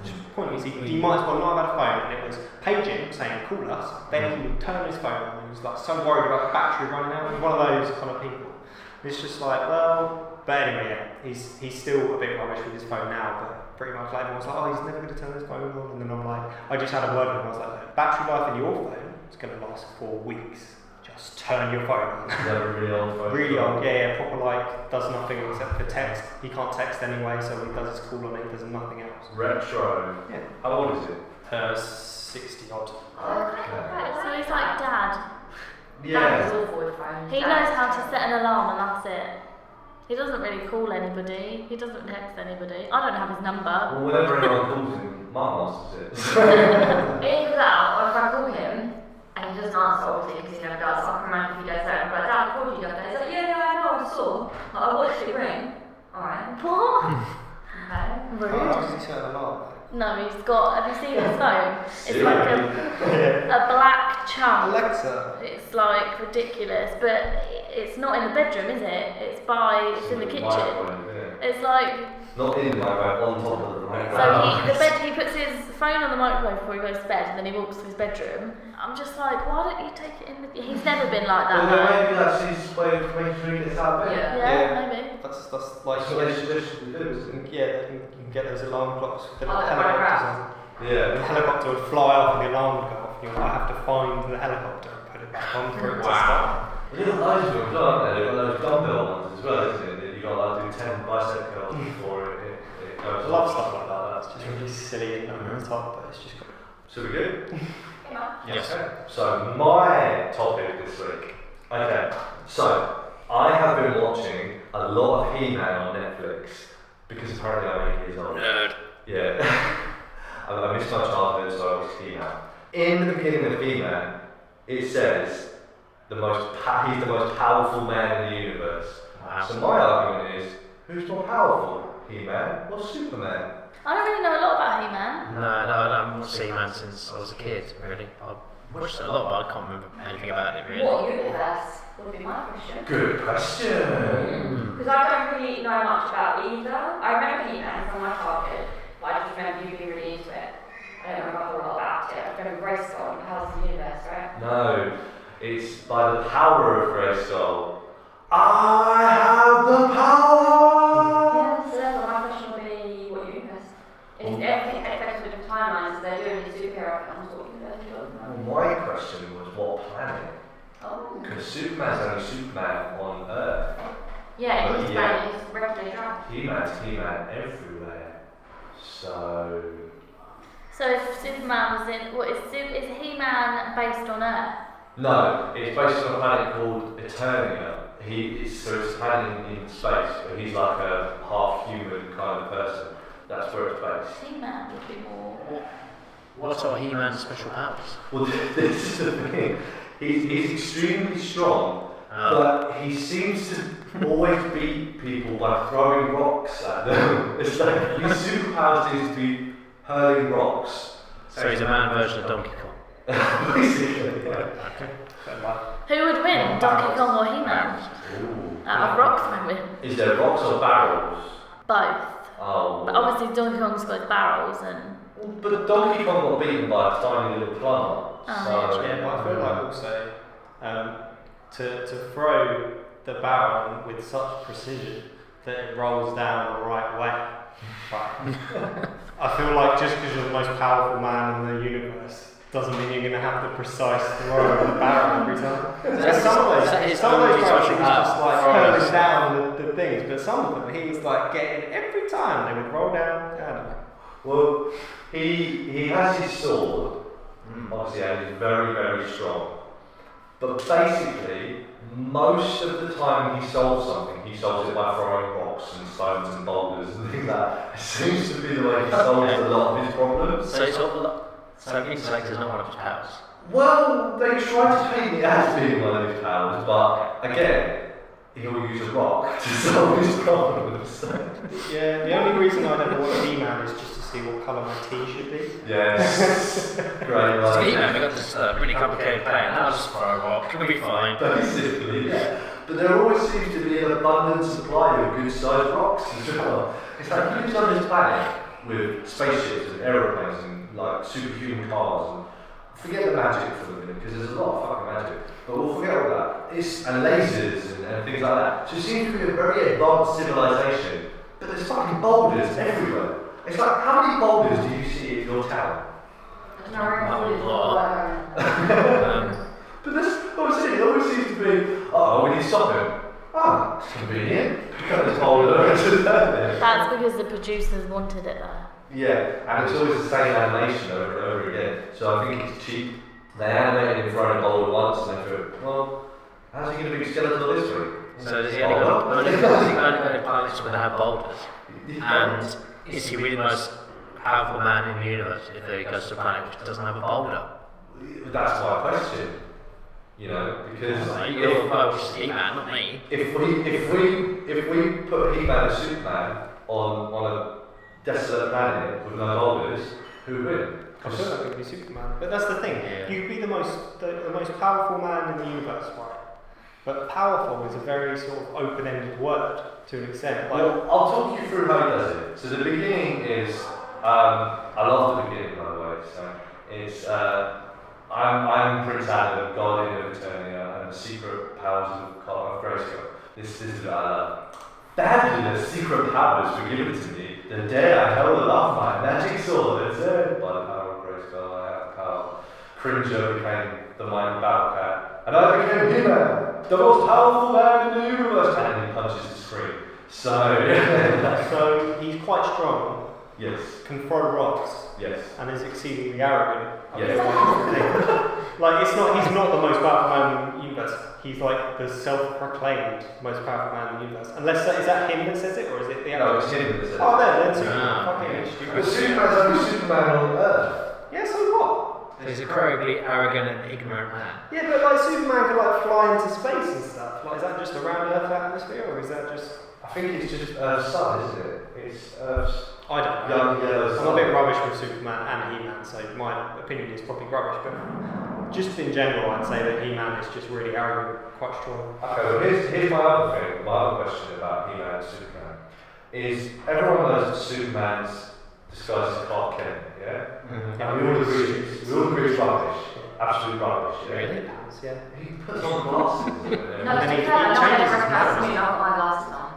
Which the point is, he, he might as well not have had a phone, and it was paging saying, call us. Then he would turn his phone on and he was like so worried about the battery running out. He was one of those kind of people. And it's just like, well, but anyway, yeah, he's, he's still a bit rubbish with his phone now, but pretty much like everyone's like, oh, he's never going to turn his phone on. And then I'm like, I just had a word with him, I was like, "Look, battery life in your phone is going to last four weeks. Just turn your phone on.
Yeah, really old phone.
Really old, yeah, yeah, proper like, does nothing except for text. He can't text anyway, so he does his call on it, he does nothing else.
Retro.
Yeah.
How old is it?
Uh, 60 odd.
*laughs*
So he's like dad.
That was
Yeah.
awful with phones.
He
That
knows
is
how to
terrible.
set an alarm and that's it. He doesn't really call anybody. He doesn't text anybody. I don't have his number.
Well, whenever anyone calls him, Mum answers it.
Either that, or if I call him and he doesn't answer, obviously, because he's going to go out for around a few days later, but Dad I called you the other day. He's like, yeah, yeah, I know, I saw. Like, I watched it ring. Alright.
*laughs* What?
Okay.
Oh,
Rude.
he set an alarm?
No, he's got. Have you seen his phone? It's like a,
Yeah.
a black chunk.
Alexa.
It's like ridiculous, but it's not in the bedroom, is it? It's by. It's in the kitchen.
Microwave, yeah.
It's like
Not in the microwave, on top of the microwave.
So he, the bed, he puts his phone on the microwave before he goes to bed, and then he walks to his bedroom. I'm just like, why don't you take it in? The, he's never been like *laughs* that.
Although
though.
maybe that's his way of making sure he gets out of bed.
Yeah.
yeah, maybe.
That's, that's
That's
like,
what they
yeah,
suggested we do,
you
isn't
can- yeah, you can, you can get those alarm clocks with the
Oh,
little
the
helicopters
phonograph.
on.
it? Yeah.
The helicopter would fly off and the alarm would go off. You might have to find the helicopter and put it back on for it to stop.
They've got loads of them, aren't they? They've got those dumbbell ones as well, isn't it? You've got to like, do 10 bicep curls before it, it, it
I
goes
love
off.
stuff like that. It's just really silly and over the top, but it's just got
So *laughs* we good?
Yes.
Okay. So my topic this week. Okay. So I have been watching a lot of He-Man on Netflix because apparently I'm eight years old.
Nerd.
Yeah. *laughs* I, I missed my childhood, so I was He-Man. In the beginning of He-Man, it says the most pa- he's the most powerful man in the universe.
Wow.
So my argument is, who's more powerful, He-Man or Superman?
I don't really know a lot about He-Man.
No, no, I haven't seen Man since I was a kid, really. I watched it a lot, but I can't remember anything about it, really.
What universe would be my question?
Good question.
Hmm.
Because I don't really know much about either. I remember He-Man from my childhood, but I just remember you being really into it. I don't remember a whole lot about it. I remember Grayskull and How's the Universe, right?
No, it's by the power of Grey Soul. I have the power!
Yeah, so then my question would be, what universe? If
Oh.
Well-
everything affects with different timelines, they're doing these superhero films, what universe are you talking about?
My question was what planet?
Oh.
Because Superman's only Superman on Earth.
Yeah,
Uh,
But
he's
yeah.
yeah. he's regularly drunk.
He-Man's He-Man everywhere. So,
So if Superman was in, what is Su- is He-Man based on Earth?
no, it's based on a planet called Eternia. He is, so it's a planet in, in space, but he's like a half-human kind of person. That's where it's based.
He-Man would be more.
What are He Man's special powers?
Well, *laughs* th- this is the thing. He's, he's extremely strong,
Uh,
but he seems to always beat people by throwing rocks at them. *laughs* It's like his superpower seems to be hurling rocks. *laughs*
so he's a man version of Donkey Kong.
Basically, yeah.
a bit like
Who would win, Donkey Kong or He-Man?
Ooh.
Out of rocks, I win.
Is there rocks or barrels?
Both.
Oh.
But obviously, Donkey Kong's got barrels and.
But Donkey Kong got beaten by a tiny little plumber.
Oh,
so.
Yeah, but I feel like also um, to, to throw the barrel with such precision that it rolls down the right way. Right. *laughs* I feel like just because you're the most powerful man in the universe doesn't mean you're going to have the precise throw of the barrel every time. Because some of
is that
those,
his
some of those
only
barrels
touching
he's just
up?
like
Right.
hurling down the, the things, but some of them he's like getting every time they would roll down. I don't know.
Well, he he has his sword,
Hmm.
obviously, and he's very very strong. But basically, most of the time he solves something, he solves it by throwing rocks and stones and boulders and things like that. *laughs* It seems to be the way he solves a lot of his problems.
So it's all. So intellect is not one of his powers.
Well, they try to paint it as being one of his powers, but again, he'll use a rock to *laughs* solve his problem. So.
Yeah, the only reason I'd ever watch He-Man is just to see what colour my tea should be.
Yes, great
So,
line.
you know, we got this uh, really complicated plan. I'll just throw a rock. It'll be fine.
Basically, yeah. But there always seems to be an abundant supply of good sized rocks as well. It's like he lives on this planet with spaceships and aeroplanes and like superhuman cars and forget the magic for a minute because there's a lot of fucking magic. But we'll forget all that. It's and lasers and, and things like that. So it seems to be a very advanced civilization. But there's fucking boulders everywhere. It's like how many boulders do you see in your town?
Um,
But this, obviously, it always seems to be, oh, we need soccer. Ah, it's convenient. Pick up this whole load of there.
That's because the producers wanted it there.
*laughs* Yeah, and it's always the same animation over and over again. So I think it's cheap. They animated him throwing a ball once and they thought, well, how's he going to be skeletal this week?
so does he only got only, only, only planets going to have boulders? And is he really the most powerful man in the universe if he goes to a planet which doesn't have a boulder?
*laughs* That's my question. You know, because
Like,
if-
you're both He-Man, not me.
If we if we if we put He-Man and Superman on on a desolate planet with no boulders, who would win?
I'm sure that could be Superman. But that's the thing.
Yeah.
You'd be the most the, the most powerful man in the universe, right? But powerful is a very sort of open-ended word to an extent. Like,
Well, I'll talk you through how he does it. So the beginning is, um, I love the beginning by the way. So it's uh, I'm I'm Prince Adam, Guardian of Eternia, and the secret powers of Carl of Grayskull. This is uh, fabulous secret powers were given to me the day I held aloft my magic sword and said, by the power of Grayskull, I have the power. Cringer became the mighty battle cat, and I became He-Man, the most powerful man in the universe. And he punches the screen. So *laughs*
so he's quite strong,
yes,
can throw rocks,
yes.
and is exceedingly arrogant. I
Yes.
feel
*laughs*
like- like it's not he's not the most powerful man in the universe. He's like the self-proclaimed most powerful man in the universe. Unless that, is that him that says it, or is it the
No,
other?
it's him that said
Oh, there, then Superman.
Ah,
Fucking
okay.
But
stupid.
Superman's only Superman on Earth.
Yeah, so what?
He's a incredibly arrogant and ignorant man.
Yeah, but like Superman could like fly into space and stuff. Like, is that just a round Earth atmosphere, or is that just
I think it's just Earth's sun, isn't it? It's Earth's
I don't know.
young yellow sun.
I'm a bit rubbish with Superman and He-Man, so my opinion is probably rubbish. But just in general, I'd say that He-Man is just really arrogant, quite strong.
Okay, well, here's, here's my other thing, my other question about He-Man and Superman. Is everyone knows that Superman's disguised as Clark Kent, yeah?
Mm-hmm.
And we all agree, it's- we all agree it's rubbish. Absolute rubbish, yeah?
Really?
Yeah.
He puts on glasses.
No,
yeah.
to be
Then
fair,
he- he
I'm not going to
changes his
recognise
colours.
me without my glasses on.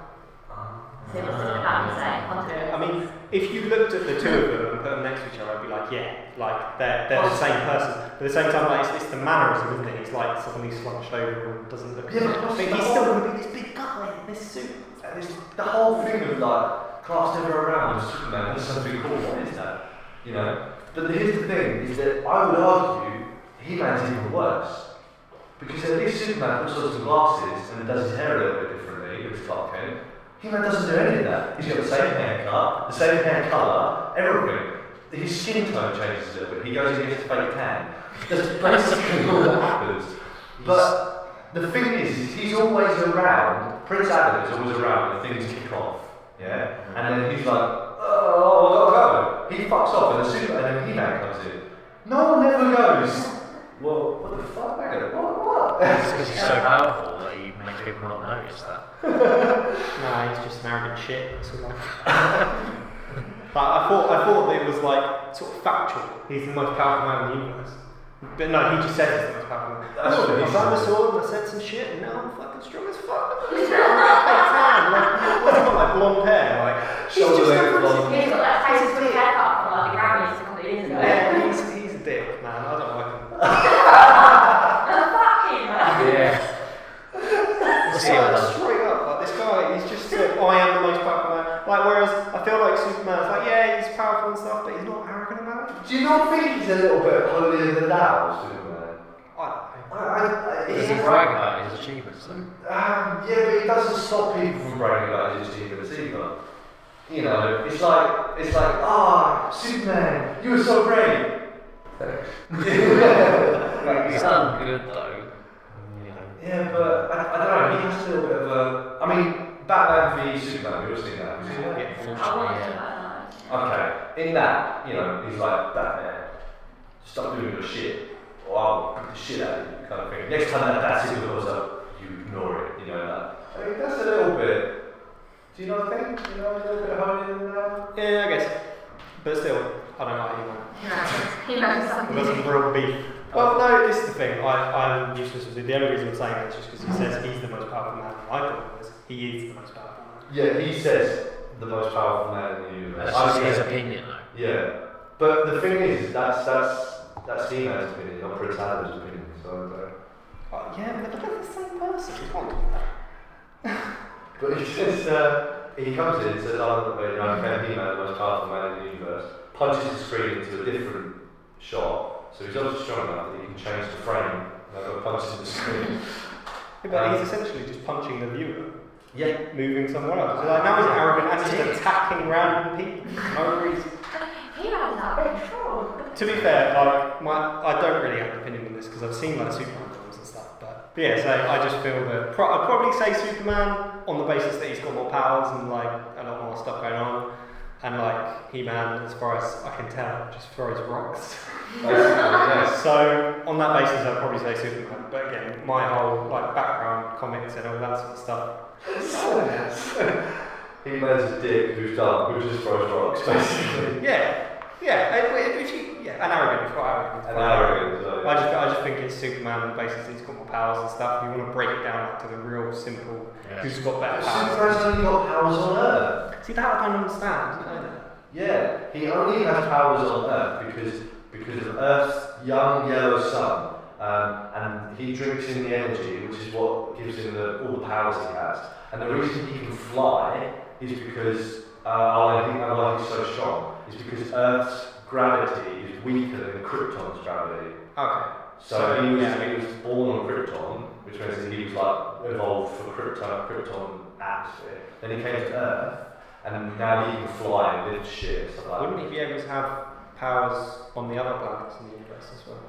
Ah.
So it's
Uh,
just about to say, I'll do it.
Uh-huh. I mean, if you looked at the two of them and put them next to each other, I'd be like, yeah, like they're, they're the same person. But at the same time, like it's, it's the mannerism, isn't it? He's like suddenly slouched over and doesn't look.
Yeah, but what's the
he's
whole-
still going to be this big guy in this suit.
And it's the whole thing of like classed everyone around as Superman is something cool. What is that? You know. But here's the thing: is that I would argue He-Man's even worse because at least Superman puts on some glasses and does his hair a little bit differently with Clark Kent. He-Man doesn't do any of that. He's got the same haircut, the same hair color, everything. His skin tone changes a little bit. He goes and gets fake tan. That's basically all that happens. But the thing is, is he's always around. Prince Adam is always around when things kick off. Yeah? And then he's like, oh, I gotta go. He fucks off and the super and then He-Man comes in. No one ever goes. Well, what the fuck, man? What? what?
It's because he's so powerful that he makes people not notice that.
No, he's just an arrogant shit. That's all I but I thought I thought that it was like sort of factual. He's the most powerful man in the universe. But no, he just said he's the most powerful man.
That's what he
Oh, I found a
said.
sword and I said some shit and now I'm fucking strong as fuck. *laughs* He's got like, what's he got like blonde hair, like he's
Shoulder
just
length
a
blonde.
He's got that face with haircut from like the Grammys a couple of years ago.
um, Yeah, he's, he's a dick, man. I don't like him.
Fucking man.
Yeah. We'll see what
Like,
happens.
straight up, like this guy, he's just said, I am the most powerful man. Like whereas I feel like Superman's like, yeah, he's powerful and stuff, but he's not arrogant about it.
Do you not think he's a little bit holier than thou, Superman?
I
I, I, I,
Does he brag about his achievements though?
Um, yeah, but it doesn't stop people from bragging about his achievements either. You know, it's like it's like ah, Superman, you were so brave. like, *laughs*
He's done good though. You know.
yeah, but I, I don't know. He has a little bit of a he's Superman. We've all seen that. Have you seen that?
I
Unfortunately,
want to
yeah.
yeah.
Okay, in that, you know, he's like, Batman, stop doing your shit, or I'll beat the shit out of you, kind of thing. Next time that that's it goes up, you ignore it, you know that. I mean, that's a little bit. Do you not think? You know, a little bit harder than that?
Yeah, I guess. But still, I don't like him.
He knows
It
something.
doesn't real beef. Well, no, this is the thing. I, I'm useless with it. The only reason I'm saying that is just because he says he's the most powerful man. I thought it was he is the most powerful man.
Yeah, he says the most powerful man in the universe. I
That's just
think
his
that-
opinion, though.
Yeah, but the thing is, that's that's that's He-Man's opinion, not Prince Adam's opinion. So, I don't know.
Uh, yeah, but they're the same person. You can't do
but he says uh, he comes in, says, "I'm you know, I'm He-Man, the most powerful man in the universe." Punches the screen into a different shot, so he's obviously strong enough that he can change the frame. Like, punches the screen.
that. But he's essentially just punching the viewer,
yeah,
moving somewhere else. So, like, now he's arrogant and just attacking random people. for No reason.
He knows that. Sure.
To be fair, like my, I don't really have an opinion on this because I've seen like Superman films and stuff. But, but yeah, so I just feel that pro- I'd probably say Superman on the basis that he's got more powers and like a lot more stuff going on, and like He-Man, as far as I can tell, just throws rocks.
basically, *laughs* yes.
so on that basis, I'd probably say Superman. But again, my whole like background, comics and all that sort of stuff.
*laughs* He-Man's a dick who's dumb, who just throws rocks, basically.
Yeah, yeah. If, if you, yeah, and arrogant, quite arrogant.
An arrogant. so-
I just, I just think it's Superman on the basis that he's got more powers and stuff. You want to break it down like, to the real simple
Yeah.
who's got better powers.
Superman's only got powers on Earth.
See, that I don't understand. I don't know.
Yeah, he only has powers on Earth because because of Earth's young yellow sun, um, and he drinks in the energy, which is what gives him the, all the powers he has. And the reason he can fly is because uh, I think I like he's so strong is because Earth's gravity is weaker than Krypton's gravity.
Okay.
So he was,
yeah.
he was born on Krypton, which means that he was like evolved for Krypton, Krypton atmosphere. Then he came to Earth, and now he can fly and lift shit and stuff like that.
Wouldn't he be able to have powers on the other planets in the universe as well?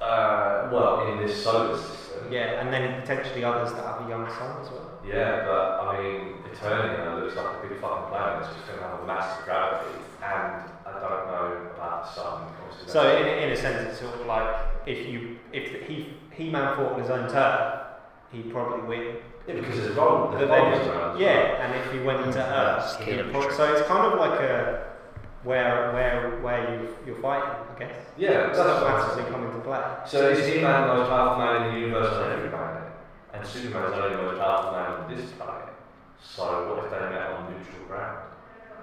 Uh, well, in this solar system.
Yeah, and then potentially others that have a young sun as well.
Yeah, but I mean, Eternia looks like a big fucking planet that's just going to have a massive gravity, and I don't know about the sun. obviously
So
that's-
in, in a sense, it's sort of like if you if he he man fought on his own turf, he'd probably win.
yeah, because there's roll,
But
there's
then-
rollers around.
yeah, and if you went into Earth,
Skin
you'd
of
pro-
a
so it's kind of like a where where where you you're fighting, I guess.
Yeah,
So that
that's-
matters they come into play.
So is he man the most powerful man in the universe on every planet? And Superman's only the most powerful man on this planet. So what if they met on neutral ground?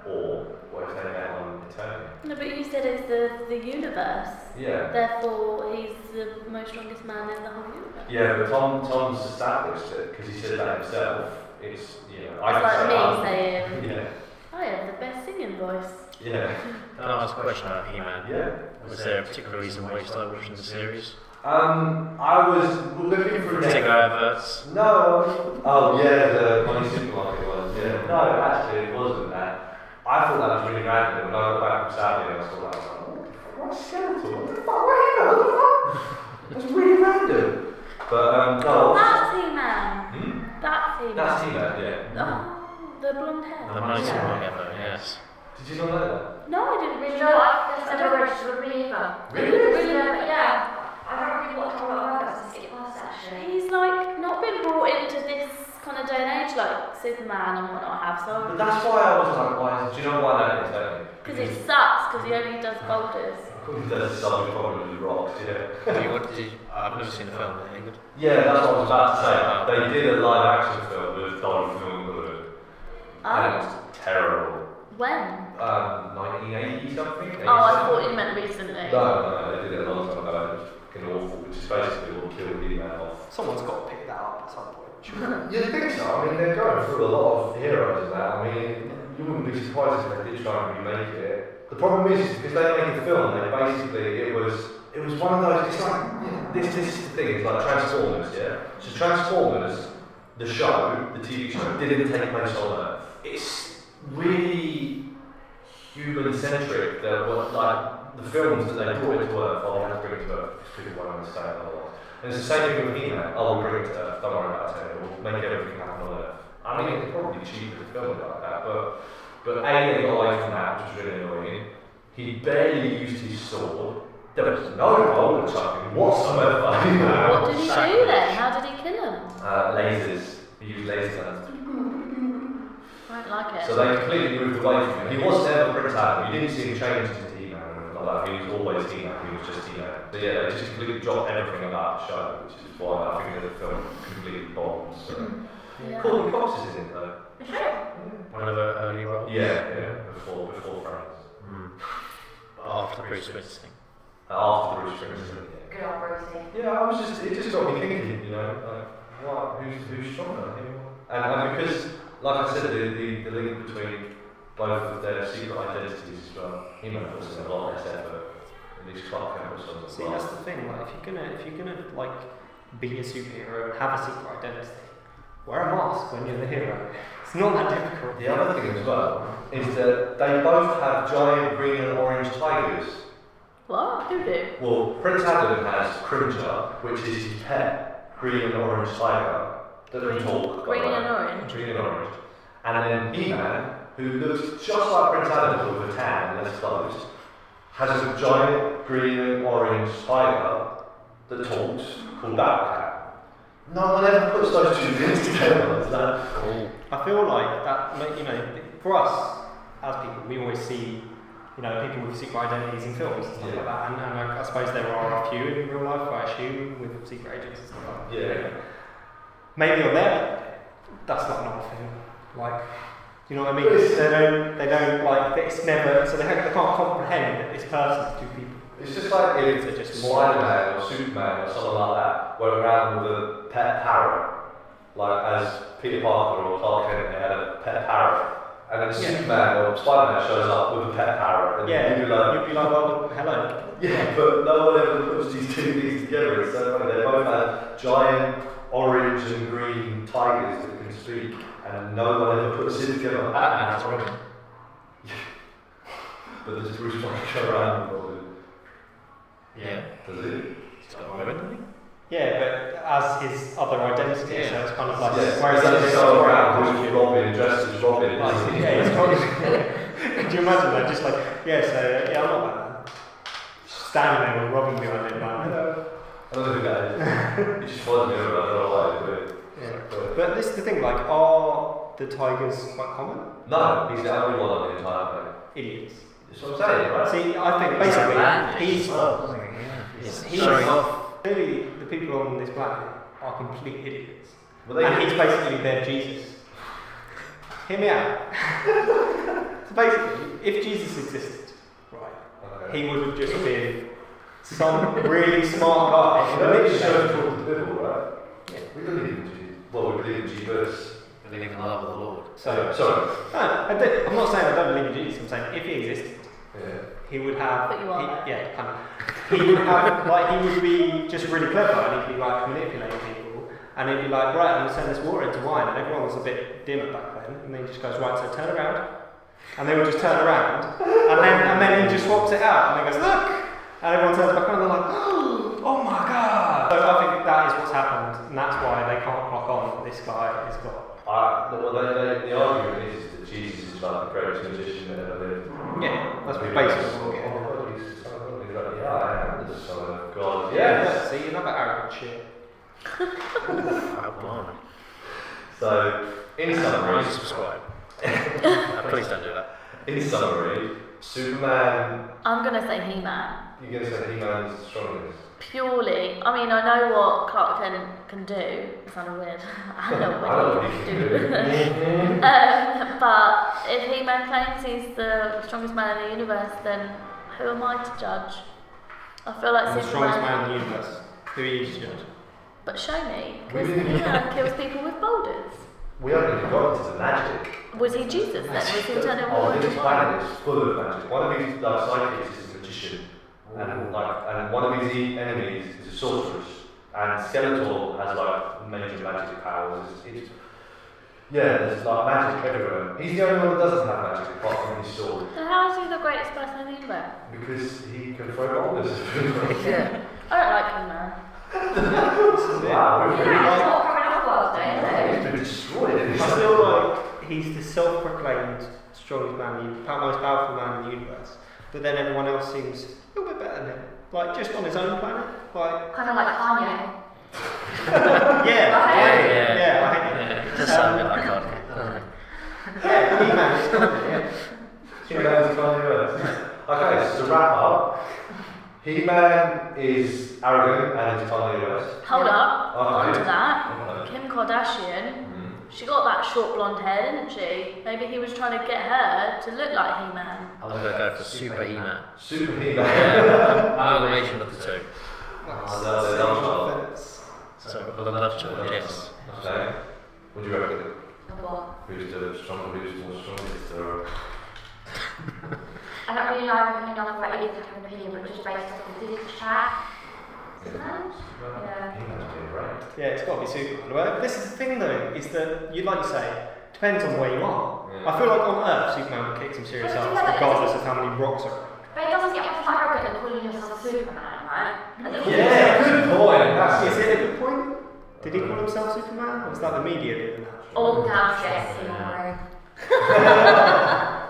Or what if they met on Eternia?
No, but you said it's the, the universe.
Yeah.
Therefore, he's the most strongest man in the whole universe.
Yeah, but Tom Tom's established it because he said that himself. It's you know I uh,
It's
can
like
say
me
that.
saying,
Yeah.
I have the best singing voice.
Yeah.
Can I ask a question about He-Man?
Yeah.
Was there a particular reason why you started watching the series?
Um I was looking for
Particular adverts?
No. Oh yeah, the money supermarket one. Yeah. No, actually, it wasn't that. I thought that was really random. When I got back from Saudi, I saw that. I was like, "Oh, what the fuck? What's Skeletor? What the fuck? Where you What the fuck? *laughs* That's really random. But um, no.
That's He Man!
Hmm?
That's He Man!
That's T-Man, yeah.
Oh, the blonde hair.
The most
Yeah.
one ever, yes.
Did you not know
No, I
You
didn't really
know,
know.
I that's never registered with me either.
that?
Really?
Yeah, yeah. I don't really want to talk about that. Skip past that actually.
He's like not been brought into this kind of day and age like Superman and whatnot have, so.
But that's why I was like, why? is- Do you know why that is? Don't you?
Because it sucks, because he only does boulders.
There's some problem with rocks, yeah.
Have you- what did you- I've never seen the film. Is it any good?
Yeah, that's what I was about to say. They did a live action film with Donald Glover, and it
Oh.
was terrible.
When?
Um, 1980 something?
Oh, I thought you meant recently.
No, no, they did it a long time ago. It was fucking awful, which is basically what killed He Man off.
Someone's got to pick that up at some point. surely.
You think so? I mean, they're going through a lot of heroes and that. I mean, you wouldn't be surprised if they did try and remake it. The problem is, because they're making the film, they basically it was it was one of those. It's like this. This is the thing. It's like Transformers. Yeah. So Transformers, the show, the TV show, didn't take place on Earth. It's really human centric. That what like the films that they brought it to Earth. Oh, let's bring it to Earth. Because people won't understand otherwise. And it's the same thing with He-Man. Oh, we'll bring it to Earth. Don't worry about it. We'll make everything happen on Earth. I mean, it'd probably be cheaper to film it like that, but but A, the guy from that was really annoying. He barely used his sword. There was no bolt chucking whatsoever. *laughs*
What did he do then? How did he kill him?
Uh, lasers. He used lasers.
I don't like it.
So they completely moved away from him. He was never Prince Adam. You didn't see him change to T-Man or anything like that. He was always T-Man. He was just T-Man. So yeah, they just completely dropped everything about the show, which is why I think the film completely bombs. So.
Mm-hmm. yeah.
Courtney Cox is in it, though.
One of her early roles.
Yeah, yeah. Before before France.
After Bruce Springsteen.
Uh, After Bruce Springsteen.
Good old Rosie.
Yeah. yeah, I was just it just got me thinking, you know, like what who's who's shot her? And, and because like I said, the, the, the link between both of their secret identities as well. He might have also a lot less effort. At least Clark Kent was on as
See,
well.
that's the thing. Like, if you're gonna, if you're gonna like, be a superhero and have a secret identity, wear a mask when you're the hero. It's not that difficult.
The other thing as well is that they both have giant green and orange tigers.
What? Who do?
Well, Prince Adam has Cringer, which is his pet green and orange tiger. Doesn't talk. by
Green
the way.
and orange.
Green and orange. And then He-Man, who looks just like Prince Adam but with a tan and less clothes, has a giant green and orange tiger that talks called Batman. No one ever puts those two things together. It's like,
Cool.
I feel like that, ma- you know, for us as people, we always see, you know, people with secret identities in films and stuff
Yeah.
like that. And, and I, I suppose there are a few in real life, I assume, with secret agents and stuff like that.
yeah.
Maybe on there, that's not an normal thing. Like, you know what I mean?
It's-
they don't, they don't like. It's never. So they, ha- they can't comprehend that it's persons, two people.
It's just like if
They're
it's
just
Spider Man or Superman or someone like that went around with a pet parrot, like as Peter Parker or Clark Kent, they had a pet parrot. And then
Yeah.
Superman or Spider Man shows up with a pet parrot, and
Yeah,
you like,
you'd be like, well, hello.
yeah, but no one ever puts these two things together. It's so funny. They both have giant orange and green tigers that can speak, and no one ever puts it
Ah,
together.
Batman has Robin.
But there's just really trying to go around with all of
Yeah.
it. Does it?
He's got Robin, hasn't he?
Yeah, but as his other identity,
Yeah.
so it's kind of like.
Yes,
whereas
whereas I
it's-
just go around calling you Robin, dressed as Robin.
Like,
isn't it?
yeah, it's *laughs* probably. Could you imagine that? Just like, yeah, so uh, yeah, I'm not Batman. Standing there with Robin behind him,
I
Batman.
know. I don't know who that is. You just follow me around, I don't know why I do it.
Yeah.
But-
But this is the thing, like, are the tigers quite common?
No, he's the only one on the entire planet.
Idiots.
That's what I'm saying, right?
See, I think
He's a
basically
man.
he's
He's
He's
showing
not-
off.
clearly the people on this planet are complete idiots,
Well, they
and he's basically their Jesus. Hear me out. so basically, if Jesus existed, right,
Okay.
he would have just been some really smart guy in the
No,
middle
he
of
showed
the
people the Bible, right?
Yeah.
We believe in Jesus. Well, we believe in Jesus.
Believing in the love of the Lord.
So,
Sorry.
no, I don't, I'm not saying I don't believe in Jesus. I'm saying if he existed,
Yeah.
he would have.
But you are
he-
there.
yeah, kind of. He would have like he would be just really clever and he'd be like manipulating people and he'd be like, right, I'm gonna turn this water into wine and everyone was a bit dimmer back then and then he just goes, right, so turn around and they would just turn around and then and then he just swaps it out and then goes, look and everyone turns back around and they're like, oh, oh my god. So I think that is what's happened and that's why they can't clock on that this guy is got.
I, well, they, they, the argument is that Jesus is like the greatest magician that ever lived.
Yeah, that's
Maybe
basically
it's-
what we're getting.
Oh, God, he's the son of God. He's like, yeah, I am the son of God.
Yeah, see, another arrogant shit.
Oh, blimey.
So, in
Please
summary,
*laughs* subscribe. Uh, please don't do that.
in summary, Superman.
I'm gonna say He-Man.
You're gonna say He-Man is the strongest.
Purely, I mean, I know what Clark Kent can do. It sounded weird. *laughs* I don't
*laughs*
know
I don't know
what
what
he
he
can
can
do. *laughs* um, but if He-Man claims he's the strongest man in the universe, then who am I to judge? I feel like
the strongest
Superman.
man in the universe. Who are you to judge?
But show me, because *laughs* He-Man kills people with boulders.
We haven't even got into the magic.
Was he Jesus then? Was he turning
Oh,
water
this
into wine?
planet is full of magic. One of these like, sidekicks is a magician, and like, and one of his e- enemies is a sorceress. And Skeletor has like major magic powers. It's, it's, yeah, there's like magic everywhere. He's the only one that doesn't have magic apart from his sword,
So how is he the greatest person in the universe?
because he can throw boulders. *laughs*
Yeah. I don't like He-Man.
wow, we're
Yeah, it's not from another world, though, is it?
It's been destroyed.
I still he's the self-proclaimed strongest man, in the, uni- most powerful man in the universe. But then everyone else seems a little bit better than him, like just on his own planet. Like,
Kind of like Kanye. *laughs*
yeah, yeah,
yeah.
yeah, I hate it.
Yeah, it does sound a bit like God.
Yeah, he managed.
*laughs*
He
Yeah.
Man's Kanye West. Okay, so to wrap up, He Man is arrogant and is Kanye West.
Hold
Yeah.
up,
Oh,
on to
yeah.
that.
Mm.
Kim Kardashian, she got that short blonde hair, didn't she? Maybe he was trying to get her to look like He Man.
I was going to go for Super He-Man.
Super He Man.
Amalgamation of the two.
Oh, that's a dumb job.
That's-
So, with a love child, yes.
Okay. What do you reckon?
Well,
Who's the stronger, who's more strongest? Or...
I don't really know anything on it, but I either have an opinion, but just based off the chat. Yeah.
He Man's doing right.
Yeah, it's got to be Superman. Well, this is the thing though, is that you like you say, depends on where you are.
Yeah.
I feel like on Earth, Superman would kick some serious
But it's
ass,
like-
regardless of how many rocks are. around.
But it doesn't get off the arrogant and calling yourself Superman, right? And then-
Yeah, good point.
Is it a good point? Did he call himself Superman, or was that the media doing that?
All
That's
that
it, Superman.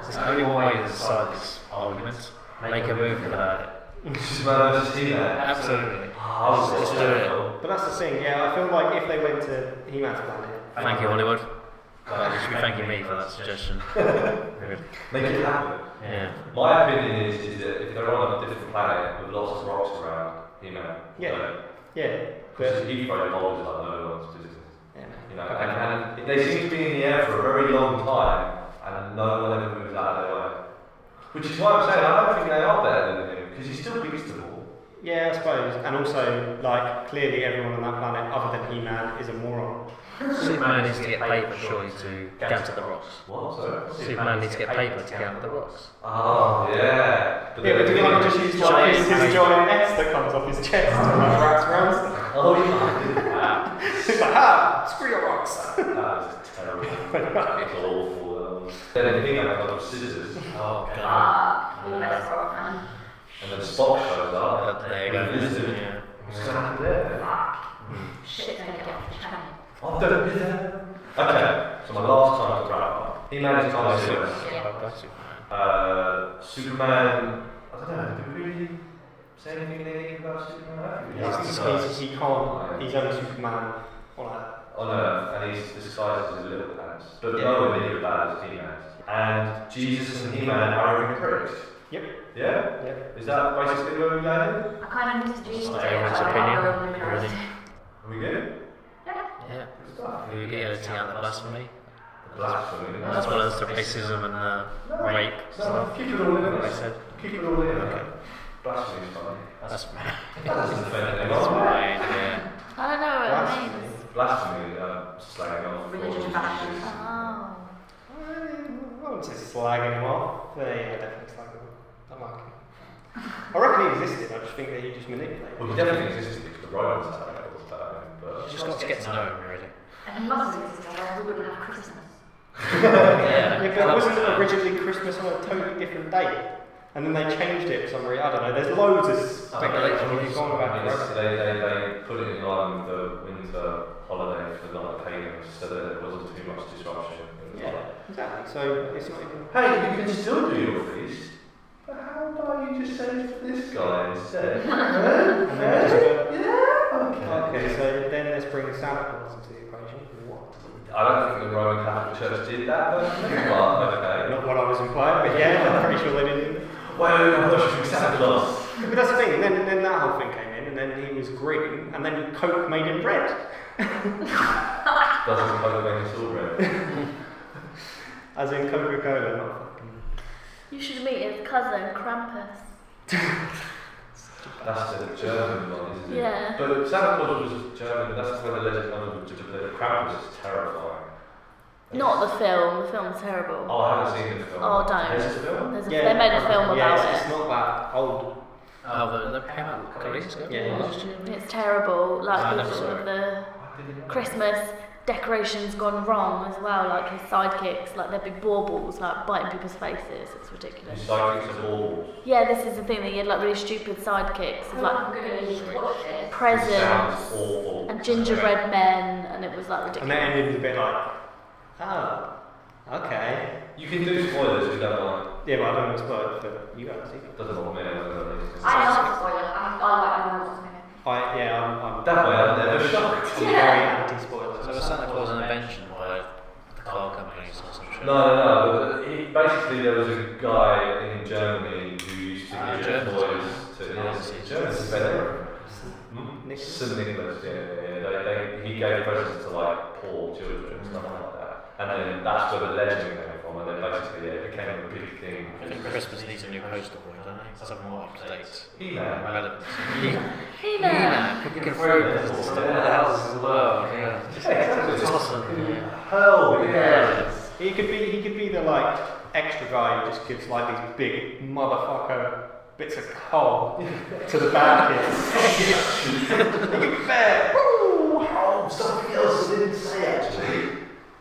There's only one way to decide this argument. Make a move and hurt
Just man versus He
it.
Man.
Absolutely.
Oh,
Let's do it.
But that's the thing. Yeah, I feel like if they went to He-Man's planet,
Thank you, Hollywood. Uh, you should be thanking me for that suggestion.
Make it happen.
Yeah.
My opinion is, is that if they're on a different planet with lots of rocks around, He Man.
Yeah. yeah,
Because
but
he throws boulders like no one's business.
yeah,
You know, and, and they seem to be in the air for a very long time, and no one ever moves out of their way. Which is why I'm saying I don't think they are better than him, because he still biggest of all.
yeah, I suppose. And also, like, clearly everyone on that planet, other than He-Man, is a moron.
Superman needs to get paper, surely, to counter the rocks.
What? Sorry.
Superman needs to get paper to counter the rocks.
Oh, yeah. But
Yeah,
then-
but do you like just use like
Giant
his
snake.
giant S that comes off his *laughs* chest and like wraps around stuff?
Oh, yeah. *laughs*
It's like, ah, screw your rocks.
that was terrible. it's awful. That was. Then the thing I got was scissors,
Oh, God.
Ah, all that's wrong.
and then Spock shows up.
Uh, There you go.
Invisible.
Yeah.
Stand there.
Shit's gonna get off the channel.
I've done it. Okay, so my last time to wrap up. He managed to find Superman. Uh, Superman. I don't know. Did we really say anything negative about Superman?
He's, he's, he can't. He's only Superman on Earth.
on Earth, Oh, and he's disguised as a little badass, but oh, no one near badass as He-Man. And Jesus and He-Man are arrogant pricks.
Yep.
Yeah.
Yep.
Is that basically where we landed?
I kind of need to do
Just
something.
like everyone's opinion, really.
Are we good?
Yeah.
Good stuff.
You're editing out the blasphemy.
Blasphemy.
As well as the racism and uh, rape.
No, keep it all in.
I
mate.
said,
Keep it all in.
Okay.
Blasphemy is fine.
that's
That doesn't offend
That's
anyone.
right, yeah.
I don't know what it means.
Blasphemy, uh, slang off.
Religious blasphemy.
Oh.
I wouldn't say slagging him off. But yeah, definitely slagging him off. I like him. I reckon he existed. I just think that he just manipulated.
Well, he definitely existed because the writers had it all the time,
You
but
just got to get to know him, really.
And he must have existed, or we wouldn't have Christmas.
Yeah.
Yeah, but it wasn't originally Christmas on a totally different date, and then they changed it for some reason. I don't know. There's loads of speculation we've gone
I
about.
mean,
it.
this- they, they, they put it in line with the winter holiday for like pagans so that there wasn't too much disruption. in the
Yeah.
holiday.
Exactly. So it's not even.
Hey, you can still do your feast, but how about you just send it to this guy instead?
And then it's just a-
okay.
Okay, so then let's bring Santa Claus into the equation. What?
I don't think the Roman Catholic Church did that, but *laughs* but okay.
Uh, *laughs* Not what I was implying, but yeah, I'm pretty sure they didn't.
Wait, wait, wait, I'm worshiping Santa Claus.
But that's the thing, and then, then that whole thing came in, and then he was green, and then Coke made him red.
Doesn't quite make us all red.
As in Coca Cola, not fucking.
You should meet his cousin, Krampus.
That's the German one, isn't it?
Yeah.
But Santa Claus was German, that's where the legend comes from. The Krampus is terrifying.
Not the film, the film's terrible.
Oh, I haven't seen the film.
Oh, don't.
Is it a film?
There's a, they made a film
yeah,
about it.
it's, It's not that old.
Oh, but that came out a couple of years ago.
Yeah, yeah.
Last year.
It's terrible.
I
Like
never
the,
saw it.
the Christmas decorations gone wrong as well. Like his sidekicks, like their big baubles, like biting people's faces. It's ridiculous.
It's like it's a ball.
Yeah, this is the thing that you had like really stupid sidekicks, it's
I'm
like
gonna need to watch this.
It sounds
presents
awful.
and gingerbread men, and it was like
And that
ridiculous.
ended with a bit like, ah, Okay.
You can do spoilers if you don't mind.
Yeah, but I don't know it's spoiled for you guys. either.
Doesn't bother me. I don't know what it is.
I don't like spoilers. I, I like I know what's going on.
I yeah, I'm. I'm
That way I'm never shocked.
I'm very anti spoilers.
So was Santa Claus an invention by the car companies or some shit?
No, no, no. He, basically, there was a guy in Germany who used to
Ah,
give
Germans,
toys
yeah.
to
Yeah,
Germans.
it's-
Germans
it's-
invented everything.
Nicholas.
St. Nicholas, yeah, yeah, yeah. They, they, he gave presents to like poor children and stuff like that. And then that's where the legend came from. And then basically, yeah, it became a big *laughs* thing.
I think Christmas needs a new poster boy, don't they? Something more up to date.
He
and
man.
Relevant.
Hey there.
Yeah, cooking food.
Yeah.
Stuff in the houses as well. Yeah.
Yeah, exactly.
It's awesome. Yeah.
Hell yeah.
He could be he could be the like extra guy who just gives like these big motherfucker bits of coal to the bad kids. *laughs* he could be fair.
Oh, something else I didn't say actually.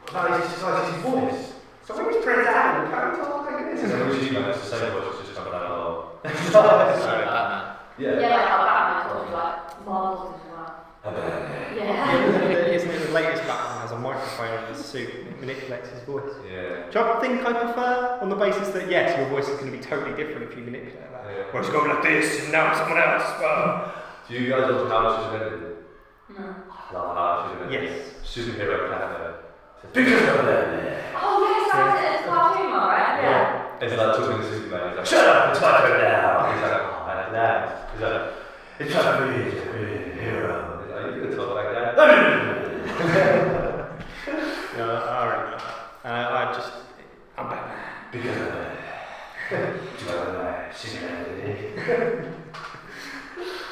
About his society's voice. So we just print it out and carry on like this. And we just managed to say it was just coming out *laughs*
Sorry, Batman.
Yeah.
Yeah, like how Batman talks like Mars as well. Yeah.
Isn't it the latest Batman has a microphone in his suit and manipulates his voice?
Yeah.
Do I think I prefer on the basis that yes, your voice is going to be totally different if you manipulate that?
Yeah.
Or it's going to be like this, and now it's someone else. ah.
Do you guys know how she's invented?
No.
Love how she's invented.
Yes.
Superhero planet. Because of that.
Oh yes, that's it. It's cartoon, right? Yeah.
It's like talking to Superman. He's like, shut up, it's my turn now. He's like, oh, that's nice. He's like, it's time for me to be a hero. He's like, you can talk like that. *laughs*
No, I already know. Uh, I just, I'm Batman.
Because of that. *laughs* Because of that. Superman.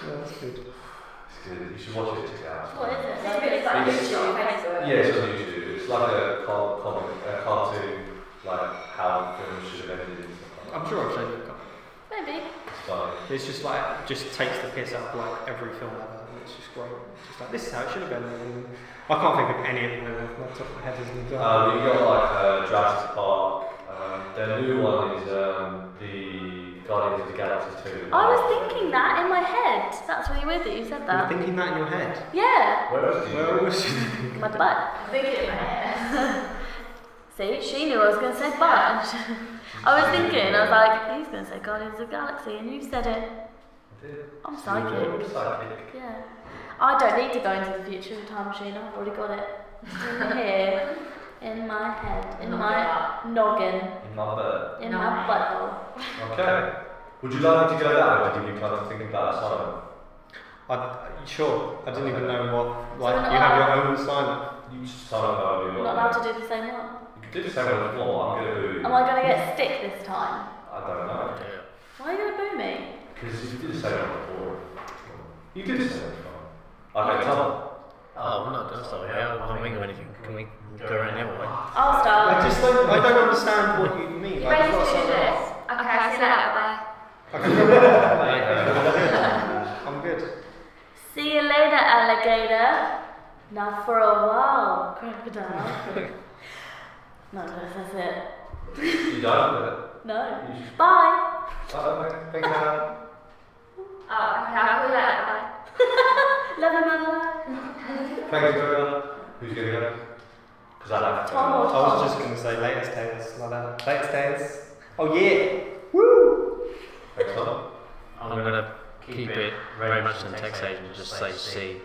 that's good.
It's good. You should watch it. Check it out.
What is it?
It's really like YouTube, Facebook.
Yeah, it's on YouTube. It's like a car- comic, a cartoon, like how films should have ended. and stuff like
I'm sure I've shown you a couple.
Maybe.
that. It's fun.
It's just like, just takes the piss out of like every film ever. and It's just great. It's just like, this is how it should have been. And I can't think of any of them off the top of my head. Isn't
Um, you got like uh, Jurassic Park. Um, their new one is um, the Guardians of the Galaxy 2.
I was thinking that in my head. That's really weird that you said
You're
that.
thinking that in your head.
Yeah.
Where else do you
Where
go?
was you?
My butt.
I'm thinking in my head.
See, she knew I was going to say butt. I was thinking, I was like, he's going to say Guardians of the Galaxy, and you said it. I'm psychic.
You're psychic.
Yeah. I don't need to go into the future in a time machine. I've already got it in here, in my head, in
Not
my noggin,
Mother.
in my
Nice.
butthole.
Okay. Would you like me to go that way? Did you kind of think about that sign?
I, sure. I didn't even know what. Like,
we're not
you have
allowed-
your own sign.
You sign up however you
I'm not
want.
allowed to do the same one.
You could do the same on the floor. I'm going to do.
Am I going to get stick this time?
I don't know.
Oh,
Why are you going to boo me?
Because you did say that before. You did say that before. Okay, Tom.
Oh, I'm not going to stop here. I don't think of anything. Can we go around the other way?
I'll
I
start.
just don't. I don't understand what you
You
mean. Like, it's
basically do
not something.
this. Okay, I see that out there.
I'm good.
See you later, alligator. Now for a while, crocodile. no, no, that's it.
You done with it?
No.
You should-
Bye.
Oh, okay. Thanks, Hannah.
Oh, okay, I'll do that out there.
Love you, mama.
Thanks, everyone. Who's going to go? Because I don't have to.
Tom
I
or
was
Tom?
just gonna say latest tales, like that. Latest tales. Oh yeah. Woo.
Thanks, Tom.
I'm going to keep it very much in the text agent and just say C.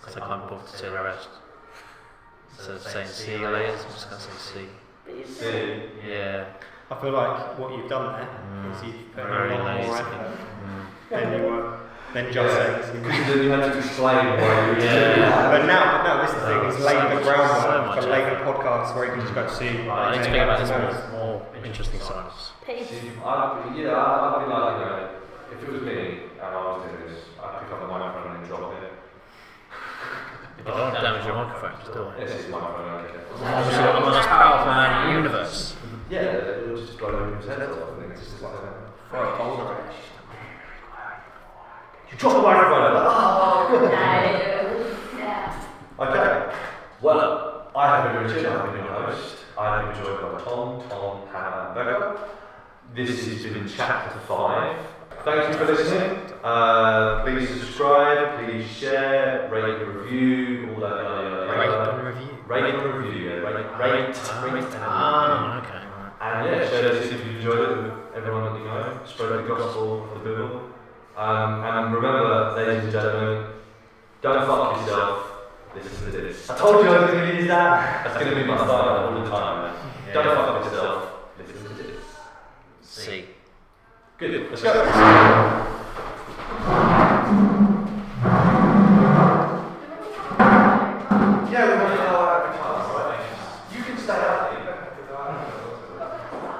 Because I can't bother to say the rest. So saying C later, I'm just going to say C.
See.
Yeah. Mm.
I feel like what you've done there is you've put in
Very Mm.
a lot more
lazy.
effort than you were than just saying. this.
Because then you had to explain why you were
Yeah.
doing that.
*laughs* But now, but now this is the
Oh,
thing. He's
so
laying the
much- so
groundwork
much
for later podcasts where you can just go see.
I need to think about this more, more interesting signs.
Peace.
See, I'd be, yeah, I'd, I'd be like, you know, if it was me and I was doing this, I'd pick up the microphone and drop it.
But I don't damage your microphones, do I?
Yes, it's my microphone, I don't care.
I'm just- I'm the most powerful man in the universe.
Yeah, it'll just blow everyone's head off. I think it's just like that. You dropped the microphone.
*laughs* No. Yeah.
Okay. Well, I have been Richard. I've been your host. I have been joined by Tom, Tom, Hannah, and Becca. This has been chapter five. Thank you for listening. Uh, please subscribe, please share, rate and review, all that. yada, yada,
Rate
yada.
and review.
rate, review, yeah, rate, rate, rate, and
Ah, okay. right.
And yeah, share this if you enjoyed it with everyone that you know. Spread the gospel of the Bible. Um, and remember, ladies and gentlemen, don't fuck yourself. Listen to this. I told you I was going to use that. That's going to be my style all the time. man. Don't fuck yourself. Listen to this.
See.
Good. Let's go. Yeah, we want to go out of the class, right? You can stay out there. You don't have to go out.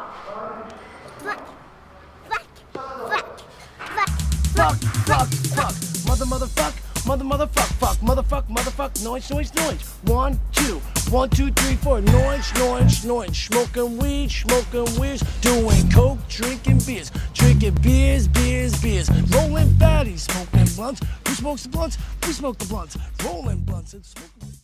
fuck, fuck, fuck, mother, motherfuck, mother, motherfuck, fuck, motherfuck, motherfuck, noise, noise, noise. One, two, one, two, three, four, noise, noise, noise. Smoking weed, smoking weeds, doing coke, drinking beers, drinking beers, beers, beers. Rolling fatties, smoking blunts. Who smokes the blunts? We smoke the blunts. Rolling blunts and smoking.